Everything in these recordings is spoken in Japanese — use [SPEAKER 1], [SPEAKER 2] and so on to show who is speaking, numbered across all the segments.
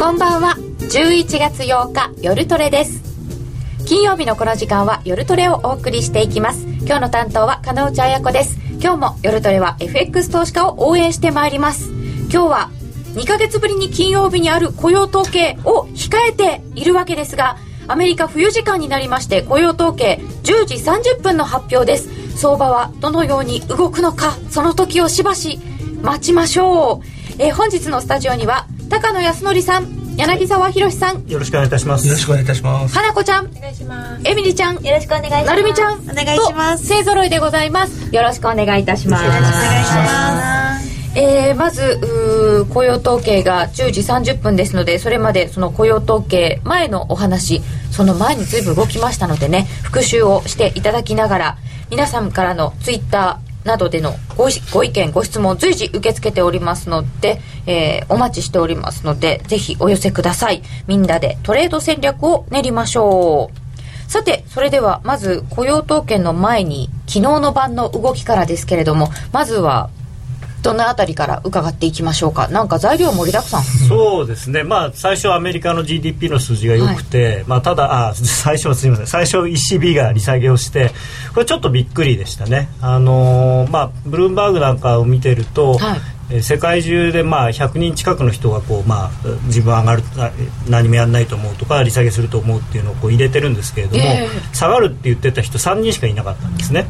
[SPEAKER 1] こんばんは11月8日夜トレです金曜日のこの時間は夜トレをお送りしていきます今日の担当は金内彩子です今日も夜トレは FX 投資家を応援してまいります今日は2ヶ月ぶりに金曜日にある雇用統計を控えているわけですがアメリカ冬時間になりまして雇用統計10時30分の発表です相場はどのように動くのかその時をしばし待ちましょう、えー本日のスタジオには高野康則さん柳沢博さん
[SPEAKER 2] よろしくお願いいたします。
[SPEAKER 3] よろしくお願いいたします。
[SPEAKER 1] 花子ちゃん
[SPEAKER 4] お願いします。
[SPEAKER 1] えみりちゃん
[SPEAKER 4] よろしくお願いします。
[SPEAKER 1] なるみちゃん
[SPEAKER 4] お願いします。
[SPEAKER 1] と勢揃いでございますよろしくお願いいたします
[SPEAKER 2] よろしくお願いし
[SPEAKER 4] ます。
[SPEAKER 1] えーまずうー雇用統計が10時30分ですのでそれまでその雇用統計前のお話その前に随分動きましたのでね復習をしていただきながら皆さんからのツイッターなどでのごしご意見ご質問随時受け付けておりますので、えーお待ちしておりますのでぜひお寄せくださいみんなでトレード戦略を練りましょうさてそれではまず雇用統計の前に昨日の晩の動きからですけれどもまずはどのあたりから伺っていきましょうか。なんか材料盛りだくさん。
[SPEAKER 2] そうですね、まあ、最初はアメリカの GDP の数字が良くて、まあ、ただあ、最初はすみません、最初 ECB が利下げをして、これちょっとびっくりでしたね、あのーまあ、ブルームバーグなんかを見てると、
[SPEAKER 1] はい
[SPEAKER 2] えー世界中でまあ100人近くの人がこう、まあ、自分は上がるあ何もやらないと思うとか利下げすると思うっていうのをこう入れてるんですけれども、
[SPEAKER 1] え
[SPEAKER 2] 下がるって言ってた人3人しかいなかったんですね。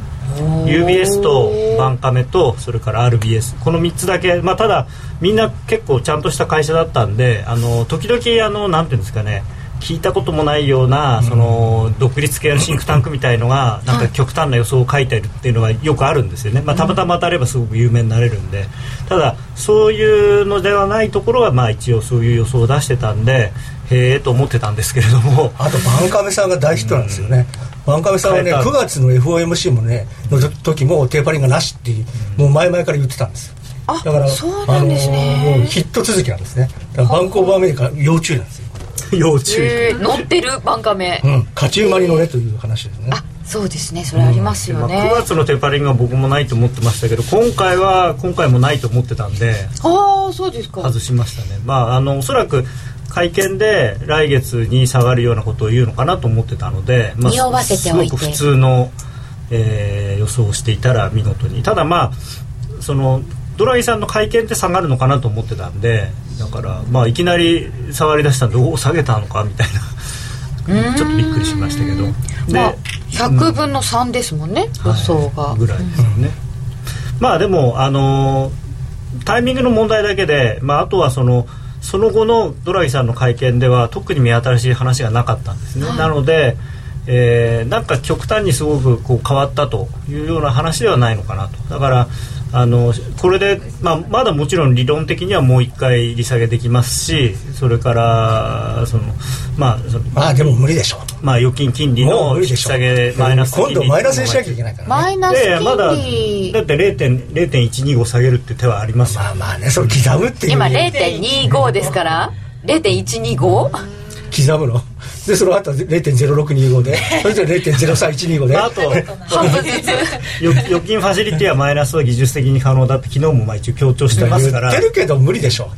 [SPEAKER 2] UBS とバンカメとそれから RBS この3つだけ、まあ、ただみんな結構ちゃんとした会社だったんであの時々あのなんていうんですかね聞いたこともないようなその独立系のシンクタンクみたいのがなん
[SPEAKER 1] は
[SPEAKER 2] か
[SPEAKER 1] い
[SPEAKER 2] 極端な予想を書いてるっていうのがよくあるんですよね、まあ、たまたま当たればすごく有名になれるんでただそういうのではないところはまあ一応そういう予想を出してたんでへえと思ってたんですけれども
[SPEAKER 3] あと、バンカメさんが大ヒットなんですよね。バンカメさんはね、
[SPEAKER 2] 変えた
[SPEAKER 3] 9月の FOMC もね、の時もテーパリングがなしっていう、もう前々から言ってたんですよ。
[SPEAKER 1] あ
[SPEAKER 3] だから、
[SPEAKER 1] そうなんですね
[SPEAKER 3] あのーもうヒット続きなんですね。だからバンコブアメリカ、要注意なんですよ。
[SPEAKER 2] 要注意
[SPEAKER 1] えー乗ってるバンカメ
[SPEAKER 3] う。ん、勝ち馬に乗れという話ですね。
[SPEAKER 1] あ、そうですね。それありますよ
[SPEAKER 2] まあ
[SPEAKER 1] ね
[SPEAKER 2] 9。月のテーパリングは僕もないと思ってましたけど今回は今回もないと思ってたんで
[SPEAKER 1] ああ、そうですか
[SPEAKER 2] 外。しましたねまああのおそらく会見で来月に下がるようなことを言うのかなと思ってたので、まあ、
[SPEAKER 1] 匂わせておいて
[SPEAKER 2] すごく普通の、えー予想をしていたら見事にただまあそのドラギさんの会見って下がるのかなと思ってたんでだからまあいきなり下がりだしたんでおお下げたのかみたいなちょっとびっくりしましたけどで
[SPEAKER 1] まあ、100分の3ですもんね、予想が。
[SPEAKER 2] ぐらいですよね、まあでもあのータイミングの問題だけで、まあ、あとはそのその後のドラギさんの会見では特に目新しい話がなかったんですね、なので、えーなんか極端にすごくこう変わったというような話ではないのかなとだからあのこれで、まあ、まだもちろん理論的にはもう一回利下げできますしそれからその、まあその
[SPEAKER 3] まあ、でも無理でしょ
[SPEAKER 2] まあ、預金金
[SPEAKER 3] う。
[SPEAKER 2] 利
[SPEAKER 3] もう
[SPEAKER 2] の引
[SPEAKER 3] 無理
[SPEAKER 2] き
[SPEAKER 3] でしょ
[SPEAKER 2] 下
[SPEAKER 3] う。
[SPEAKER 2] げマイナス金利
[SPEAKER 3] 今度マイナスにしなきゃいけないからね。
[SPEAKER 1] マイナス
[SPEAKER 2] いやいやまだだっ
[SPEAKER 1] 金利。
[SPEAKER 2] て0.0 0.125下げるって手はありますよ
[SPEAKER 3] まあまあね、それ刻むっていう。
[SPEAKER 1] 今0.25ですから。0.125?
[SPEAKER 3] 刻むの。で、その後は0.0625で、それぞれ0.03125で。
[SPEAKER 2] まああと
[SPEAKER 1] 半分ずつ。
[SPEAKER 2] 預預金ファシリティはマイナスは技術的に可能だって昨日もまあ一応強調してますから
[SPEAKER 3] 言ってるけど無理でしょ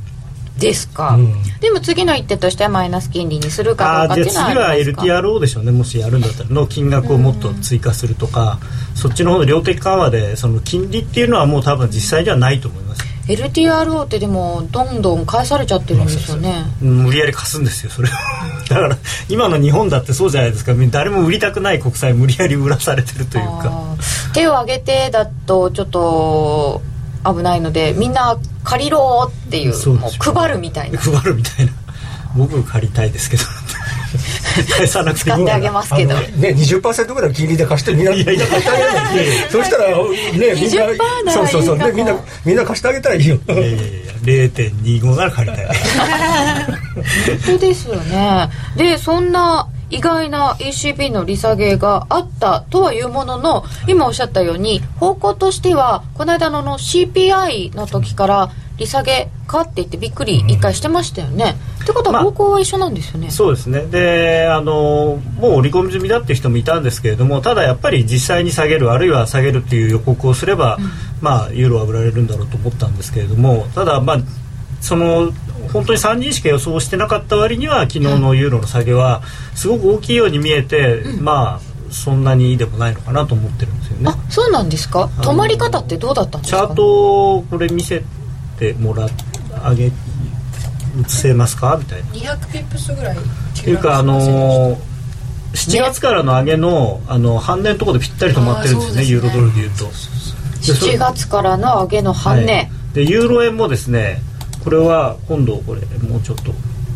[SPEAKER 1] ですか、
[SPEAKER 3] うん
[SPEAKER 1] でも次の一手としてはマイナス金利にするか
[SPEAKER 2] あ
[SPEAKER 1] どうか
[SPEAKER 2] あ
[SPEAKER 1] って
[SPEAKER 2] じゃあ
[SPEAKER 1] いうのはあ
[SPEAKER 2] 次は
[SPEAKER 1] りますか
[SPEAKER 2] LTRO でしょうねもしやるんだったらの金額をもっと追加するとかそっちの方の量的緩和でその金利っていうのはもう多分実際ではないと思います
[SPEAKER 1] LTRO ってでもどんどん返されちゃってるんですよね
[SPEAKER 2] うん無理やり貸すんですよそれを だから今の日本だってそうじゃないですか誰も売りたくない国債無理やり売らされてるというか
[SPEAKER 1] あー手を挙げてだとちょっと危ないのでみんな借りろっていう
[SPEAKER 2] そうで
[SPEAKER 1] も
[SPEAKER 2] し
[SPEAKER 1] う
[SPEAKER 2] ょ
[SPEAKER 1] 配るみたいな
[SPEAKER 2] 配るみたいな僕借りたいです けど返さなくて
[SPEAKER 1] 使
[SPEAKER 2] い
[SPEAKER 1] っ
[SPEAKER 2] い
[SPEAKER 1] て
[SPEAKER 2] か
[SPEAKER 1] あ
[SPEAKER 2] ら
[SPEAKER 1] げますけど
[SPEAKER 3] あのね、20%ぐらい金利で貸してみんな、みん
[SPEAKER 2] いやいや
[SPEAKER 3] な貸してあげるのにそうしたら、ね、み
[SPEAKER 1] 20%
[SPEAKER 3] んな、
[SPEAKER 1] なら
[SPEAKER 3] そうそうそう、
[SPEAKER 1] いいか
[SPEAKER 3] ね、
[SPEAKER 1] も
[SPEAKER 3] みんな、みんな貸してあげたらいいよ。
[SPEAKER 2] いやいやいや0.25なら借りたい
[SPEAKER 1] 本当ですよねでそんな意外な ECB の利下げがあったとはいうものの今おっしゃったように方向としてはこの間のあの CPI の時から利下げかって言ってびっくり一回してましたよね、ってこと
[SPEAKER 2] ま
[SPEAKER 1] は
[SPEAKER 2] あ
[SPEAKER 1] 方向は一緒なんですよね、
[SPEAKER 2] そうですねであのもう織り込み済みだっていう人もいたんですけれどもただやっぱり実際に下げるあるいは下げるっていう予告をすれば、まあユーロは売られるんだろうと思ったんですけれどもただまあその本当に3人しか予想してなかった割には昨日のユーロの下げはすごく大きいように見えて、まあそんなにいいでもないのかなと思ってるんですよね。
[SPEAKER 1] あそうなんですか
[SPEAKER 2] の
[SPEAKER 1] 止まり方ってどうだったんです
[SPEAKER 2] チ
[SPEAKER 1] か
[SPEAKER 2] ャートをこれ見せてもらっあげ写せますかみたいな。
[SPEAKER 4] 200ピップスぐらい
[SPEAKER 2] というかあのー7月からの上げのあの半年のところでぴったり止まってるんですね
[SPEAKER 4] あー
[SPEAKER 2] ユ
[SPEAKER 4] そう
[SPEAKER 2] ーロ
[SPEAKER 4] ですね
[SPEAKER 2] ドルでいうと。でそれ
[SPEAKER 1] 7月からの上げの半
[SPEAKER 2] は
[SPEAKER 1] 値、
[SPEAKER 2] いでユーロ円もですねこれは今度これもうちょっと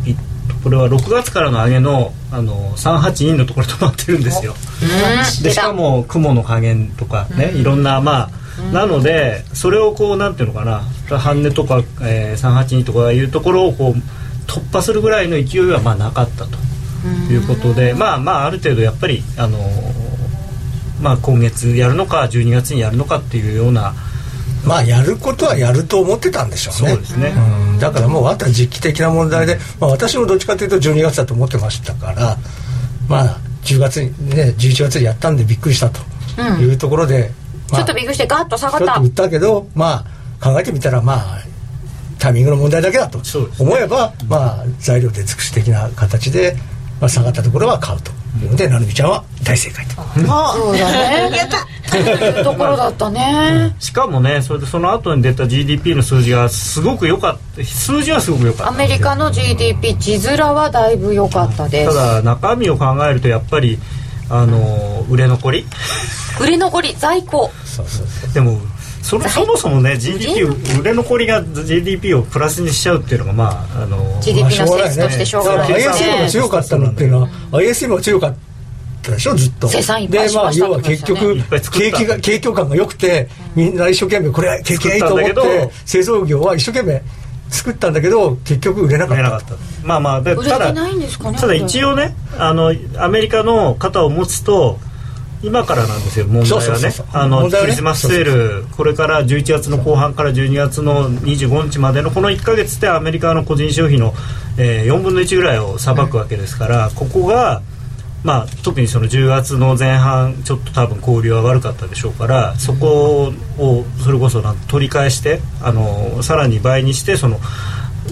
[SPEAKER 2] いこれは6月からの上げのあの382のところで止まってるんですよ
[SPEAKER 1] うん
[SPEAKER 2] で
[SPEAKER 1] 出
[SPEAKER 2] したかも雲の加減とかね、いろんなまあ、なのでそれをこうなんていうのかな半値とか、えー、382とかいうところをこう突破するぐらいの勢いはまあなかったということでまあまあある程度やっぱりあのまあ今月やるのか12月にやるのかっていうような
[SPEAKER 3] まあやることはやると思ってたんでしょうね
[SPEAKER 2] そうですね
[SPEAKER 3] うんだからもうあとは実機的な問題で、まあ、私もどっちかというと12月だと思ってましたからまあ10月にね11月にやったんでびっくりしたと
[SPEAKER 1] うん
[SPEAKER 3] いうところで、ま
[SPEAKER 1] ち
[SPEAKER 3] あ
[SPEAKER 1] ょっとびっくりしてガーッと下がっ
[SPEAKER 3] ちょったと売ったけどまあ考えてみたらまあタイミングの問題だけだと
[SPEAKER 2] そうですね
[SPEAKER 3] 思えば、まあ材料で尽くし的な形で、まあ、下がったところは買うというので成美ちゃんは大正解と。
[SPEAKER 1] そうだねや ったところだったね、
[SPEAKER 2] しかもねそれでその後に出た GDP の数字がすごく良かった数字はすごく良
[SPEAKER 1] ア
[SPEAKER 2] かった
[SPEAKER 1] メリカの GDP 字面はだいぶ良かったで
[SPEAKER 2] た
[SPEAKER 1] す
[SPEAKER 2] だ中身を考えるとやっぱりあのー売れ残り
[SPEAKER 1] 売れ残り在庫
[SPEAKER 3] そうそうそう
[SPEAKER 2] でもそれそもそもね GDP 売れ残りが GDP をプラスにしちゃうっていうのがまああのー
[SPEAKER 1] GDP
[SPEAKER 3] まあ
[SPEAKER 1] の
[SPEAKER 3] しょうがな
[SPEAKER 1] 性
[SPEAKER 3] い
[SPEAKER 1] 質としてしょう
[SPEAKER 2] がないですね
[SPEAKER 3] ISM が強かったのっていうのは ISM が強かったでしょずっと
[SPEAKER 1] 生産いっぱ
[SPEAKER 3] で
[SPEAKER 1] いし
[SPEAKER 3] ま
[SPEAKER 1] ま
[SPEAKER 3] あ
[SPEAKER 1] した
[SPEAKER 3] 要は結局
[SPEAKER 2] いっぱい作
[SPEAKER 3] 景
[SPEAKER 2] った
[SPEAKER 3] 気が景況感が良くてみんな一生懸命これは景気がいいと思っ
[SPEAKER 2] 作ったんだけ
[SPEAKER 3] て
[SPEAKER 2] ど
[SPEAKER 3] 製造業は一生懸命作ったんだけど結局売れなか
[SPEAKER 2] 売
[SPEAKER 3] っ
[SPEAKER 2] れ
[SPEAKER 3] た
[SPEAKER 2] なかったまあまあで
[SPEAKER 1] 売れてないんですかね
[SPEAKER 2] ただ一応ねあのアメリカの肩を持つと今からなんですよ問題
[SPEAKER 3] そうそ
[SPEAKER 2] は
[SPEAKER 3] うそう
[SPEAKER 2] ね
[SPEAKER 3] そう
[SPEAKER 2] あの
[SPEAKER 3] 問題は
[SPEAKER 2] ク
[SPEAKER 3] ね
[SPEAKER 2] リスマスセールこれから11月の後半から12月の25日までのこの1か月でアメリカの個人消費の、えー4分の1ぐらいをさばくわけですから、ここが、まあ、特にその10月の前半ちょっと多分交流は悪かったでしょうからそこをそれこそなん取り返してあのさらに倍にしてその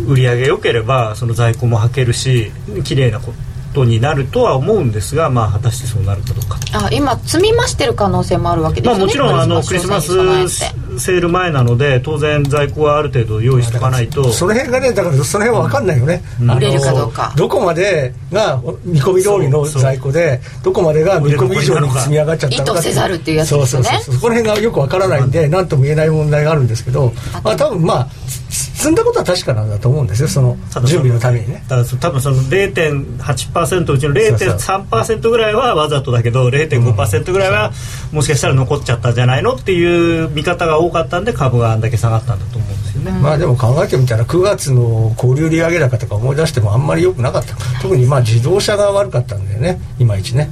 [SPEAKER 2] 売り上げ良ければその在庫も履けるし綺麗なことになるとは思うんですが、まあ、果たしてそうなるかどうか
[SPEAKER 1] あ今積み増してる可能性もあるわけです
[SPEAKER 2] ま
[SPEAKER 1] よ
[SPEAKER 2] あ、
[SPEAKER 1] ね
[SPEAKER 2] もちろんあのクリスマ
[SPEAKER 1] 商戦に
[SPEAKER 2] ス
[SPEAKER 1] 備えて
[SPEAKER 2] セール前なので当然在庫はある程度用意しておかないと
[SPEAKER 3] その辺がねだからその辺は分かんないよね、あの
[SPEAKER 1] 売れるかどうか
[SPEAKER 3] どこまでが見込み通り
[SPEAKER 2] そ
[SPEAKER 3] の
[SPEAKER 2] うそう
[SPEAKER 3] 在庫でどこまでが見込み以上に積み上がっちゃったのか
[SPEAKER 1] 意図せざるっていうやつですよね
[SPEAKER 3] そうそうそうそこら辺がよく分からないんで何とも言えない問題があるんですけど、まあ、多分まあつ積んだことは確かなんだと思うんですよその
[SPEAKER 2] ただ
[SPEAKER 3] 準備のためにね
[SPEAKER 2] だからそ多分その0.8%うちの
[SPEAKER 3] そう
[SPEAKER 2] 0.3%ぐらいはわざとだけど0.5%ぐらいはもしかしたら残っちゃったんじゃないのっていう見方が多かったんで株があんだけ下がったんだと思うんですよね、
[SPEAKER 3] まあでも考えてみたら9月の交流利上げ高とか思い出してもあんまり良くなかった特にまあ自動車が悪かったんだよねいまいちね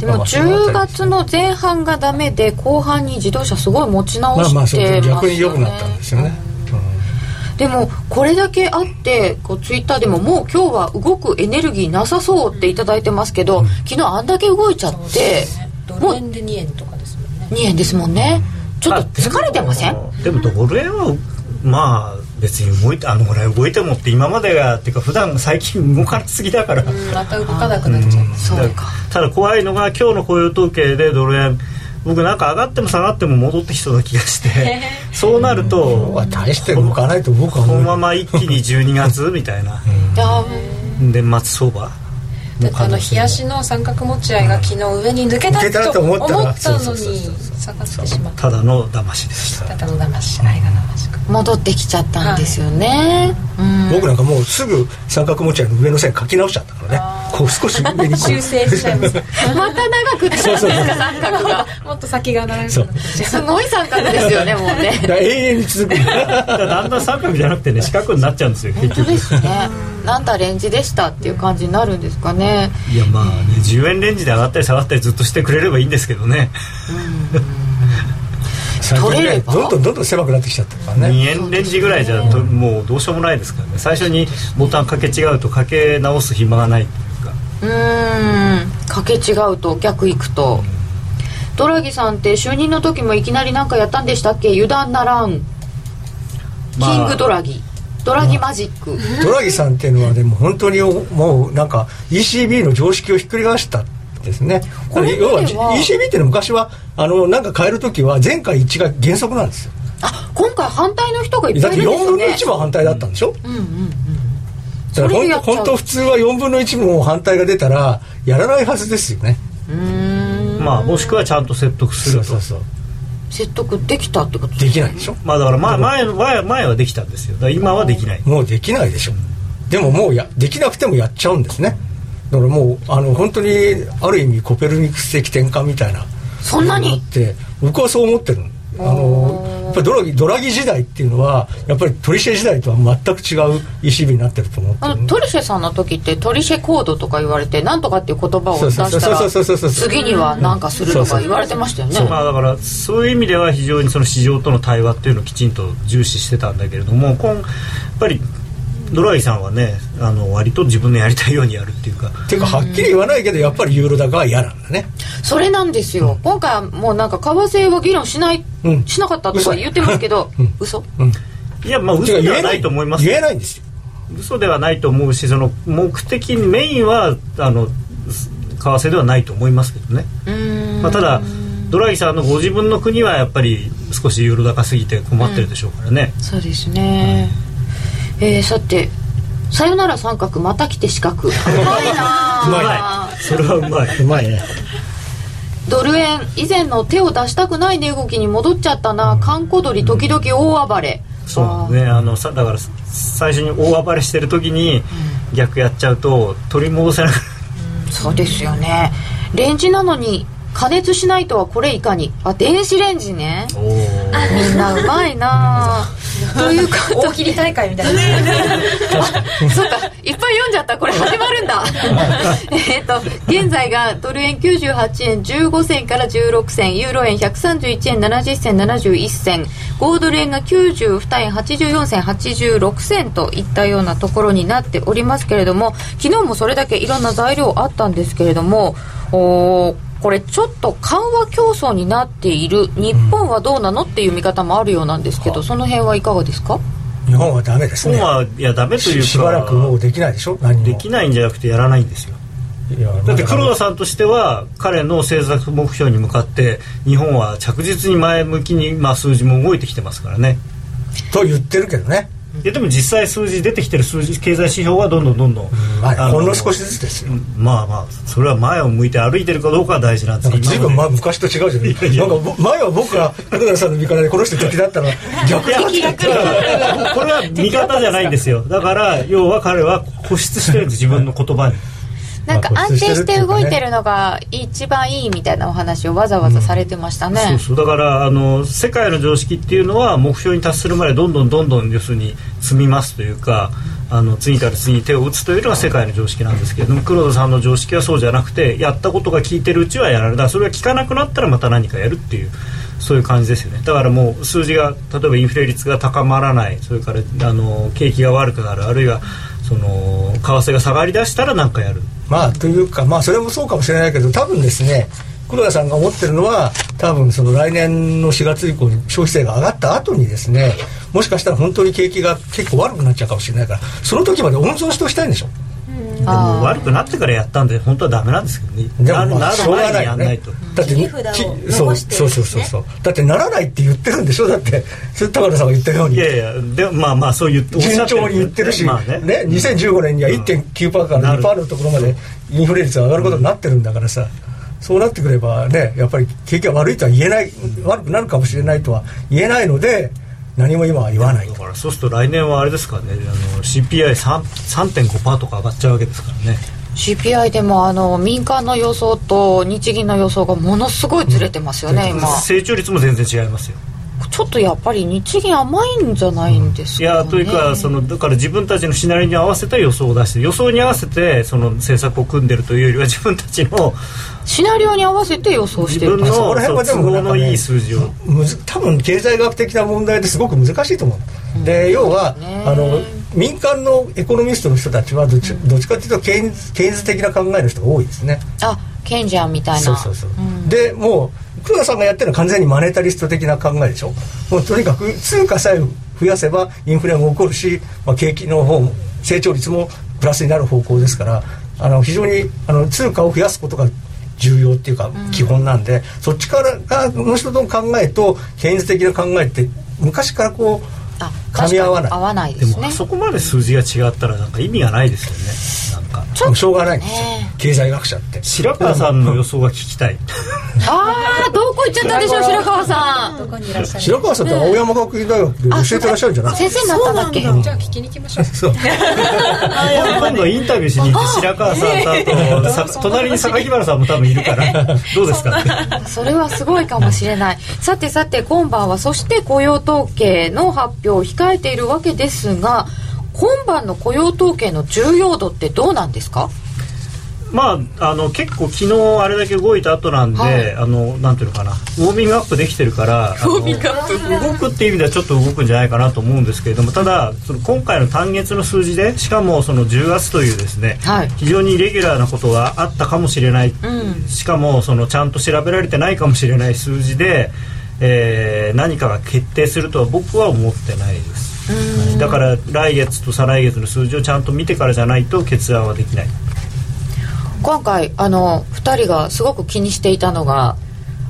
[SPEAKER 1] で
[SPEAKER 3] ま
[SPEAKER 1] も
[SPEAKER 3] あその辺り
[SPEAKER 1] 10月の前半がダメで後半に自動車すごい持ち直
[SPEAKER 3] まあまあ
[SPEAKER 1] し
[SPEAKER 3] そう
[SPEAKER 1] てますよね、
[SPEAKER 3] 逆に良くなったんですよね、うん
[SPEAKER 1] でもこれだけあってこうツイッターでももう今日は動くエネルギーなさそうっていただいてますけど、昨日あんだけ動いちゃって
[SPEAKER 4] ド
[SPEAKER 1] もう
[SPEAKER 4] ル円で2円とかですもんね
[SPEAKER 1] 2円ですもんねちょっと疲れてません
[SPEAKER 2] あでもでもドル円はまあ別に動いてあのぐらい動いてもって今までがっていうか普段最近動かなすぎだから、
[SPEAKER 4] また動かなくなっちゃいます
[SPEAKER 1] そうか
[SPEAKER 2] ただ怖いのが今日の雇用統計でドル円僕なんか上がっても下がっても戻ってきそうな気が してそうなる
[SPEAKER 3] 今日
[SPEAKER 2] と
[SPEAKER 3] は大して動かないと僕は
[SPEAKER 2] こ
[SPEAKER 3] 思
[SPEAKER 2] の
[SPEAKER 3] う
[SPEAKER 2] まま一気に12月 みたいない
[SPEAKER 1] や
[SPEAKER 2] 年末相場
[SPEAKER 4] だってあの冷やしの三角持ち合いが昨日上に抜け
[SPEAKER 3] 抜け
[SPEAKER 4] た
[SPEAKER 3] た
[SPEAKER 4] と
[SPEAKER 3] と思
[SPEAKER 4] 思
[SPEAKER 3] っ
[SPEAKER 4] った
[SPEAKER 3] ら
[SPEAKER 4] た
[SPEAKER 3] そ
[SPEAKER 4] の
[SPEAKER 3] うそう
[SPEAKER 4] に
[SPEAKER 3] そう
[SPEAKER 4] 下がってしまった
[SPEAKER 2] ただの騙しでした
[SPEAKER 4] ただの騙し合いが騙しか
[SPEAKER 1] 戻ってきちゃったんですよね、うん
[SPEAKER 3] 僕なんかもうすぐ三角持ち合いの上の線書き直しちゃったからねこう少し上にこう
[SPEAKER 4] 修正 しちゃいます
[SPEAKER 1] また長くなったんですか三角 が
[SPEAKER 4] もっと先が長
[SPEAKER 3] そ
[SPEAKER 4] く
[SPEAKER 3] う
[SPEAKER 4] なっちゃう
[SPEAKER 1] すごい三角ですよねもうね
[SPEAKER 3] だから永遠に続く
[SPEAKER 2] だからだんだん三角じゃなくてね四角になっちゃうんですよ結
[SPEAKER 1] 本当
[SPEAKER 2] 局
[SPEAKER 1] ですねなんだレンジでしたっていう感じになるんですかね
[SPEAKER 2] いやまあね10円レンジで上がったり下がったりずっとしてくれればいいんですけどね
[SPEAKER 3] 最近
[SPEAKER 1] 取れれ
[SPEAKER 3] ね
[SPEAKER 1] ば
[SPEAKER 3] どんどんどんどん狭くなってきちゃったから
[SPEAKER 2] 2
[SPEAKER 3] ね
[SPEAKER 2] 円レンジぐらいじゃともうどうしようもないですからね最初にボタンかけ違うとかけ直す暇がないっていうか
[SPEAKER 1] うーんかけ違うと逆行くとドラギさんって就任の時もいきなりなんかやったんでしたっけ油断ならん、
[SPEAKER 2] まあ
[SPEAKER 1] キングドラギドラギマジック
[SPEAKER 3] ドラギさんっていうのはでも本当にもうなんか ECB の常識をひっくり返したですね
[SPEAKER 1] これまで
[SPEAKER 3] 要
[SPEAKER 1] は
[SPEAKER 3] は ECB っていうのは昔はあのなんか変える時は前回一致が原則なんですよ
[SPEAKER 1] あ今回反対の人がいっ
[SPEAKER 3] だっ
[SPEAKER 1] ぱい
[SPEAKER 3] て
[SPEAKER 1] いるんです
[SPEAKER 3] 4
[SPEAKER 1] よ
[SPEAKER 3] 分の
[SPEAKER 1] ね
[SPEAKER 3] 1は反対だったんでしょ、
[SPEAKER 1] うんうん
[SPEAKER 3] だから
[SPEAKER 1] それで
[SPEAKER 3] 本
[SPEAKER 1] やっ
[SPEAKER 3] 当
[SPEAKER 1] ちゃう
[SPEAKER 3] 本当普通は4分の1も反対が出たらやらないはずですよね
[SPEAKER 2] まあ、もしくはちゃんと説得すると
[SPEAKER 3] そう
[SPEAKER 1] 説得できたってこと
[SPEAKER 3] できないでしょ
[SPEAKER 2] まあだから前前前前はできたんですよだから今はできない
[SPEAKER 3] もうできないでしょでももうやできなくてもやっちゃうんですねだからもうあの本当にある意味コペルニクス的転換みたいな
[SPEAKER 1] そんなに
[SPEAKER 3] あって僕はそう思ってるのあのやっぱりドラギドラギ時代っていうのはやっぱりトリシェ時代とは全く違う ECB になってると思って
[SPEAKER 1] あ
[SPEAKER 3] る
[SPEAKER 1] のトリシェさんの時ってトリシェコードとか言われてなんとかっていう言葉を出した
[SPEAKER 3] そうそうそうそうそうそうそう
[SPEAKER 1] ら次には何かするとか言われてましたよね
[SPEAKER 2] まあだからそういう意味では非常にその市場との対話っていうのをきちんと重視してたんだけれども今やっぱりドラギさんはねあの割と自分のやりたいようにやるっていうか
[SPEAKER 3] っていうかはっきり言わないけどやっぱりユーロ高は嫌なんだね
[SPEAKER 1] それなんですよ今回はもうなんか為替は議論しない、
[SPEAKER 3] うん
[SPEAKER 1] しなかったとか言ってますけど、嘘
[SPEAKER 2] いやまあ
[SPEAKER 3] て
[SPEAKER 2] 嘘
[SPEAKER 3] か
[SPEAKER 2] で
[SPEAKER 3] 言
[SPEAKER 2] は
[SPEAKER 3] えな
[SPEAKER 2] ないいと思います
[SPEAKER 3] 言えないんですよ
[SPEAKER 2] 嘘ではないと思うしその目的メインはあのす為替ではないと思いますけどね、
[SPEAKER 1] うーん
[SPEAKER 2] まあ、ただドラギさんのご自分の国はやっぱり少しユーロ高すぎて困ってるでしょうからね、
[SPEAKER 1] そうですね、えー、さて「さよなら三角また来て四角」うまいなあ
[SPEAKER 2] うまいそれはうまいう
[SPEAKER 3] まいね
[SPEAKER 1] ドル円以前の手を出したくない値動きに戻っちゃったな閑古鳥時々大暴れ、
[SPEAKER 2] そうなんですねあのさだからさ最初に大暴れしてる時に逆やっちゃうと取り戻せなくなる
[SPEAKER 1] そうですよねレンジなのに加熱しないとはこれいかにあ電子レンジねみんなうまいなあというか
[SPEAKER 4] 大喜利大会みたいな
[SPEAKER 1] そっか、いっぱい読んじゃった。これ始まるんだ。 えっと、現在がドル円98円15銭から16銭、ユーロ円131円70銭71銭、5ドル円が92円84銭86銭といったようなところになっておりますけれども、昨日もそれだけいろんな材料あったんですけれども、おーこれちょっと緩和競争になっている日本はどうなのっていう見方もあるようなんですけど、その辺はいかがですか
[SPEAKER 3] 日本はダメです
[SPEAKER 2] 本
[SPEAKER 3] ね
[SPEAKER 2] はいやダメという
[SPEAKER 3] し
[SPEAKER 2] か
[SPEAKER 3] しばらくもうできないでしょ何も
[SPEAKER 2] できないんじゃなくてやらないんですよ
[SPEAKER 3] いや
[SPEAKER 2] だって黒田さんとしては彼の政策目標に向かって日本は着実に前向きに、まあ、数字も動いてきてますからね
[SPEAKER 3] と言ってるけどね、
[SPEAKER 2] いやでも実際数字出てきてる数字経済指標はどんどんどんどん、
[SPEAKER 3] まあ、
[SPEAKER 2] あの
[SPEAKER 3] ほんの少しずつですよ
[SPEAKER 2] まあまあそれは前を向いて歩いてるかどうかは大事なんで
[SPEAKER 3] なん
[SPEAKER 2] す
[SPEAKER 3] か随分
[SPEAKER 2] 今ま
[SPEAKER 3] 前昔と違うじゃない
[SPEAKER 2] いやいや
[SPEAKER 3] なんかぼ前は僕が黒田さんの味方でこの人敵だったら逆だって言って
[SPEAKER 2] でだからこれは味方じゃないんですよだから要は彼は固執してるんです自分の言葉に
[SPEAKER 1] なんか
[SPEAKER 3] まあ
[SPEAKER 1] 安定して動いてるのが一番いいみたいなお話をわざわざされてましたね、
[SPEAKER 2] そうそうだからあの世界の常識っていうのは目標に達するまでどんどんどんどん要するに積みますというかあの次から次に手を打つというのが世界の常識なんですけれども黒田さんの常識はそうじゃなくてやったことが効いてるうちはやられたそれが効かなくなったらまた何かやるっていうそういう感じですよねだからもう数字が例えばインフレ率が高まらないそれからあの景気が悪くなるあるいはその為替が下がりだしたら何かやる
[SPEAKER 3] まあというかまあそれもそうかもしれないけど多分ですね黒田さんが思ってるのは多分その来年の4月以降に消費税が上がった後にですねもしかしたら本当に景気が結構悪くなっちゃうかもしれないからその時まで温存しておきたいんでしょ
[SPEAKER 2] でも悪くなってからやったんで本当はダメなんですけどね
[SPEAKER 3] でも
[SPEAKER 2] なる
[SPEAKER 3] ま
[SPEAKER 2] な
[SPEAKER 3] あ
[SPEAKER 2] る
[SPEAKER 3] しょうが
[SPEAKER 2] 前
[SPEAKER 3] な
[SPEAKER 2] に
[SPEAKER 3] い
[SPEAKER 2] や
[SPEAKER 3] よ
[SPEAKER 2] んない
[SPEAKER 3] ね
[SPEAKER 2] と。
[SPEAKER 3] だって
[SPEAKER 5] 切り札を
[SPEAKER 3] きそう
[SPEAKER 5] 残してるん
[SPEAKER 3] そう
[SPEAKER 5] です
[SPEAKER 3] そう
[SPEAKER 5] ね
[SPEAKER 3] そうそうだってならないって言ってるんでしょだってそれ高田さんが言ったように
[SPEAKER 2] いやいやでもまあまあそう言っておっしゃ
[SPEAKER 3] 順
[SPEAKER 2] ってる
[SPEAKER 3] 調に言ってるし、
[SPEAKER 2] まあ
[SPEAKER 3] ね
[SPEAKER 2] ね
[SPEAKER 3] 2015年には
[SPEAKER 2] うん
[SPEAKER 3] 1.9%から2%のところまでインフレ率が上がることになってるんだからさ、そうなってくればねやっぱり景気が悪いとは言えない、悪くなるかもしれないとは言えないので何も今は言わない
[SPEAKER 2] だからそうすると来年はあれですからねあの CPI3.5% とか上がっちゃうわけですからね
[SPEAKER 1] CPI でもあの民間の予想と日銀の予想がものすごいずれてますよね、今
[SPEAKER 2] 成長率も全然違いますよ
[SPEAKER 1] ちょっとやっぱり日銀甘いんじゃないんです
[SPEAKER 2] い
[SPEAKER 1] か、ね
[SPEAKER 2] やというかそのだから自分たちのシナリオに合わせた予想を出して予想に合わせてその政策を組んでるというよりは自分たちの
[SPEAKER 1] シナリオに合わせて予想し
[SPEAKER 2] 自
[SPEAKER 1] てる
[SPEAKER 2] 分の
[SPEAKER 1] と
[SPEAKER 3] そこら辺はで
[SPEAKER 2] 都
[SPEAKER 3] も
[SPEAKER 2] 合の
[SPEAKER 3] なんか
[SPEAKER 2] い
[SPEAKER 3] ね
[SPEAKER 2] い数字を
[SPEAKER 3] むず多分経済学的な問題ですごく難しいと思う、で要は
[SPEAKER 1] ね
[SPEAKER 3] あの民間のエコノミストの人たちはどっち,、どっちかというとケインズケインズ的な考えの人が多いですね
[SPEAKER 1] あケンジャンみたいな
[SPEAKER 3] そうそうそう、でもう黒田さんがやってるのは完全にマネタリスト的な考えでしょもうとにかく通貨さえ増やせばインフレも起こるし、まあ、景気の方も成長率もプラスになる方向ですからあの非常にあの通貨を増やすことが重要っていうか基本なんで、そっちからがの人の考えと現実的な考えって昔からこう
[SPEAKER 1] あ
[SPEAKER 3] 噛み合わな
[SPEAKER 1] 確
[SPEAKER 3] い
[SPEAKER 1] かに合わないで
[SPEAKER 2] ですも
[SPEAKER 1] ね
[SPEAKER 2] あそこまで数字が違ったらなんか意味がないですよねなんか
[SPEAKER 1] ちょっと
[SPEAKER 3] しょうがないんですよ、
[SPEAKER 1] ね
[SPEAKER 3] 経済学者って
[SPEAKER 2] 白川さんの予想が聞きたい
[SPEAKER 1] ああどこ行っちゃったんでしょう白川さん
[SPEAKER 4] どこにいらっしゃる
[SPEAKER 3] 白川さんって青山学院大学で教えてらっしゃるんじゃない
[SPEAKER 1] 先生になったんだっけ
[SPEAKER 5] そうなん
[SPEAKER 4] じゃあ聞きに行きましょう
[SPEAKER 3] そう
[SPEAKER 2] 今度インタビューしに行って白川さんとあとさ隣に榊原さんも多分いるからどうですか
[SPEAKER 1] それはすごいかもしれない。さてさて、今晩は、そして雇用統計の発表を控えているわけですが、今晩の雇用統計の重要度ってどうなんですか
[SPEAKER 2] まあ、あの結構昨日あれだけ動いた後なんで、
[SPEAKER 1] はい
[SPEAKER 2] あのなんていうのかなウォーミングアップできてるからあの動くっていう意味ではちょっと動くんじゃないかなと思うんですけれどもただその今回の単月の数字でしかもその10月というですね、
[SPEAKER 1] はい
[SPEAKER 2] 非常にイレギュラーなことがあったかもしれない、
[SPEAKER 1] ん
[SPEAKER 2] しかもそのちゃんと調べられてないかもしれない数字で、えー何かが決定するとは僕は思ってないです、はいだから来月と再来月の数字をちゃんと見てからじゃないと決断はできない
[SPEAKER 1] 今回、あの、二人がすごく気にしていたのが、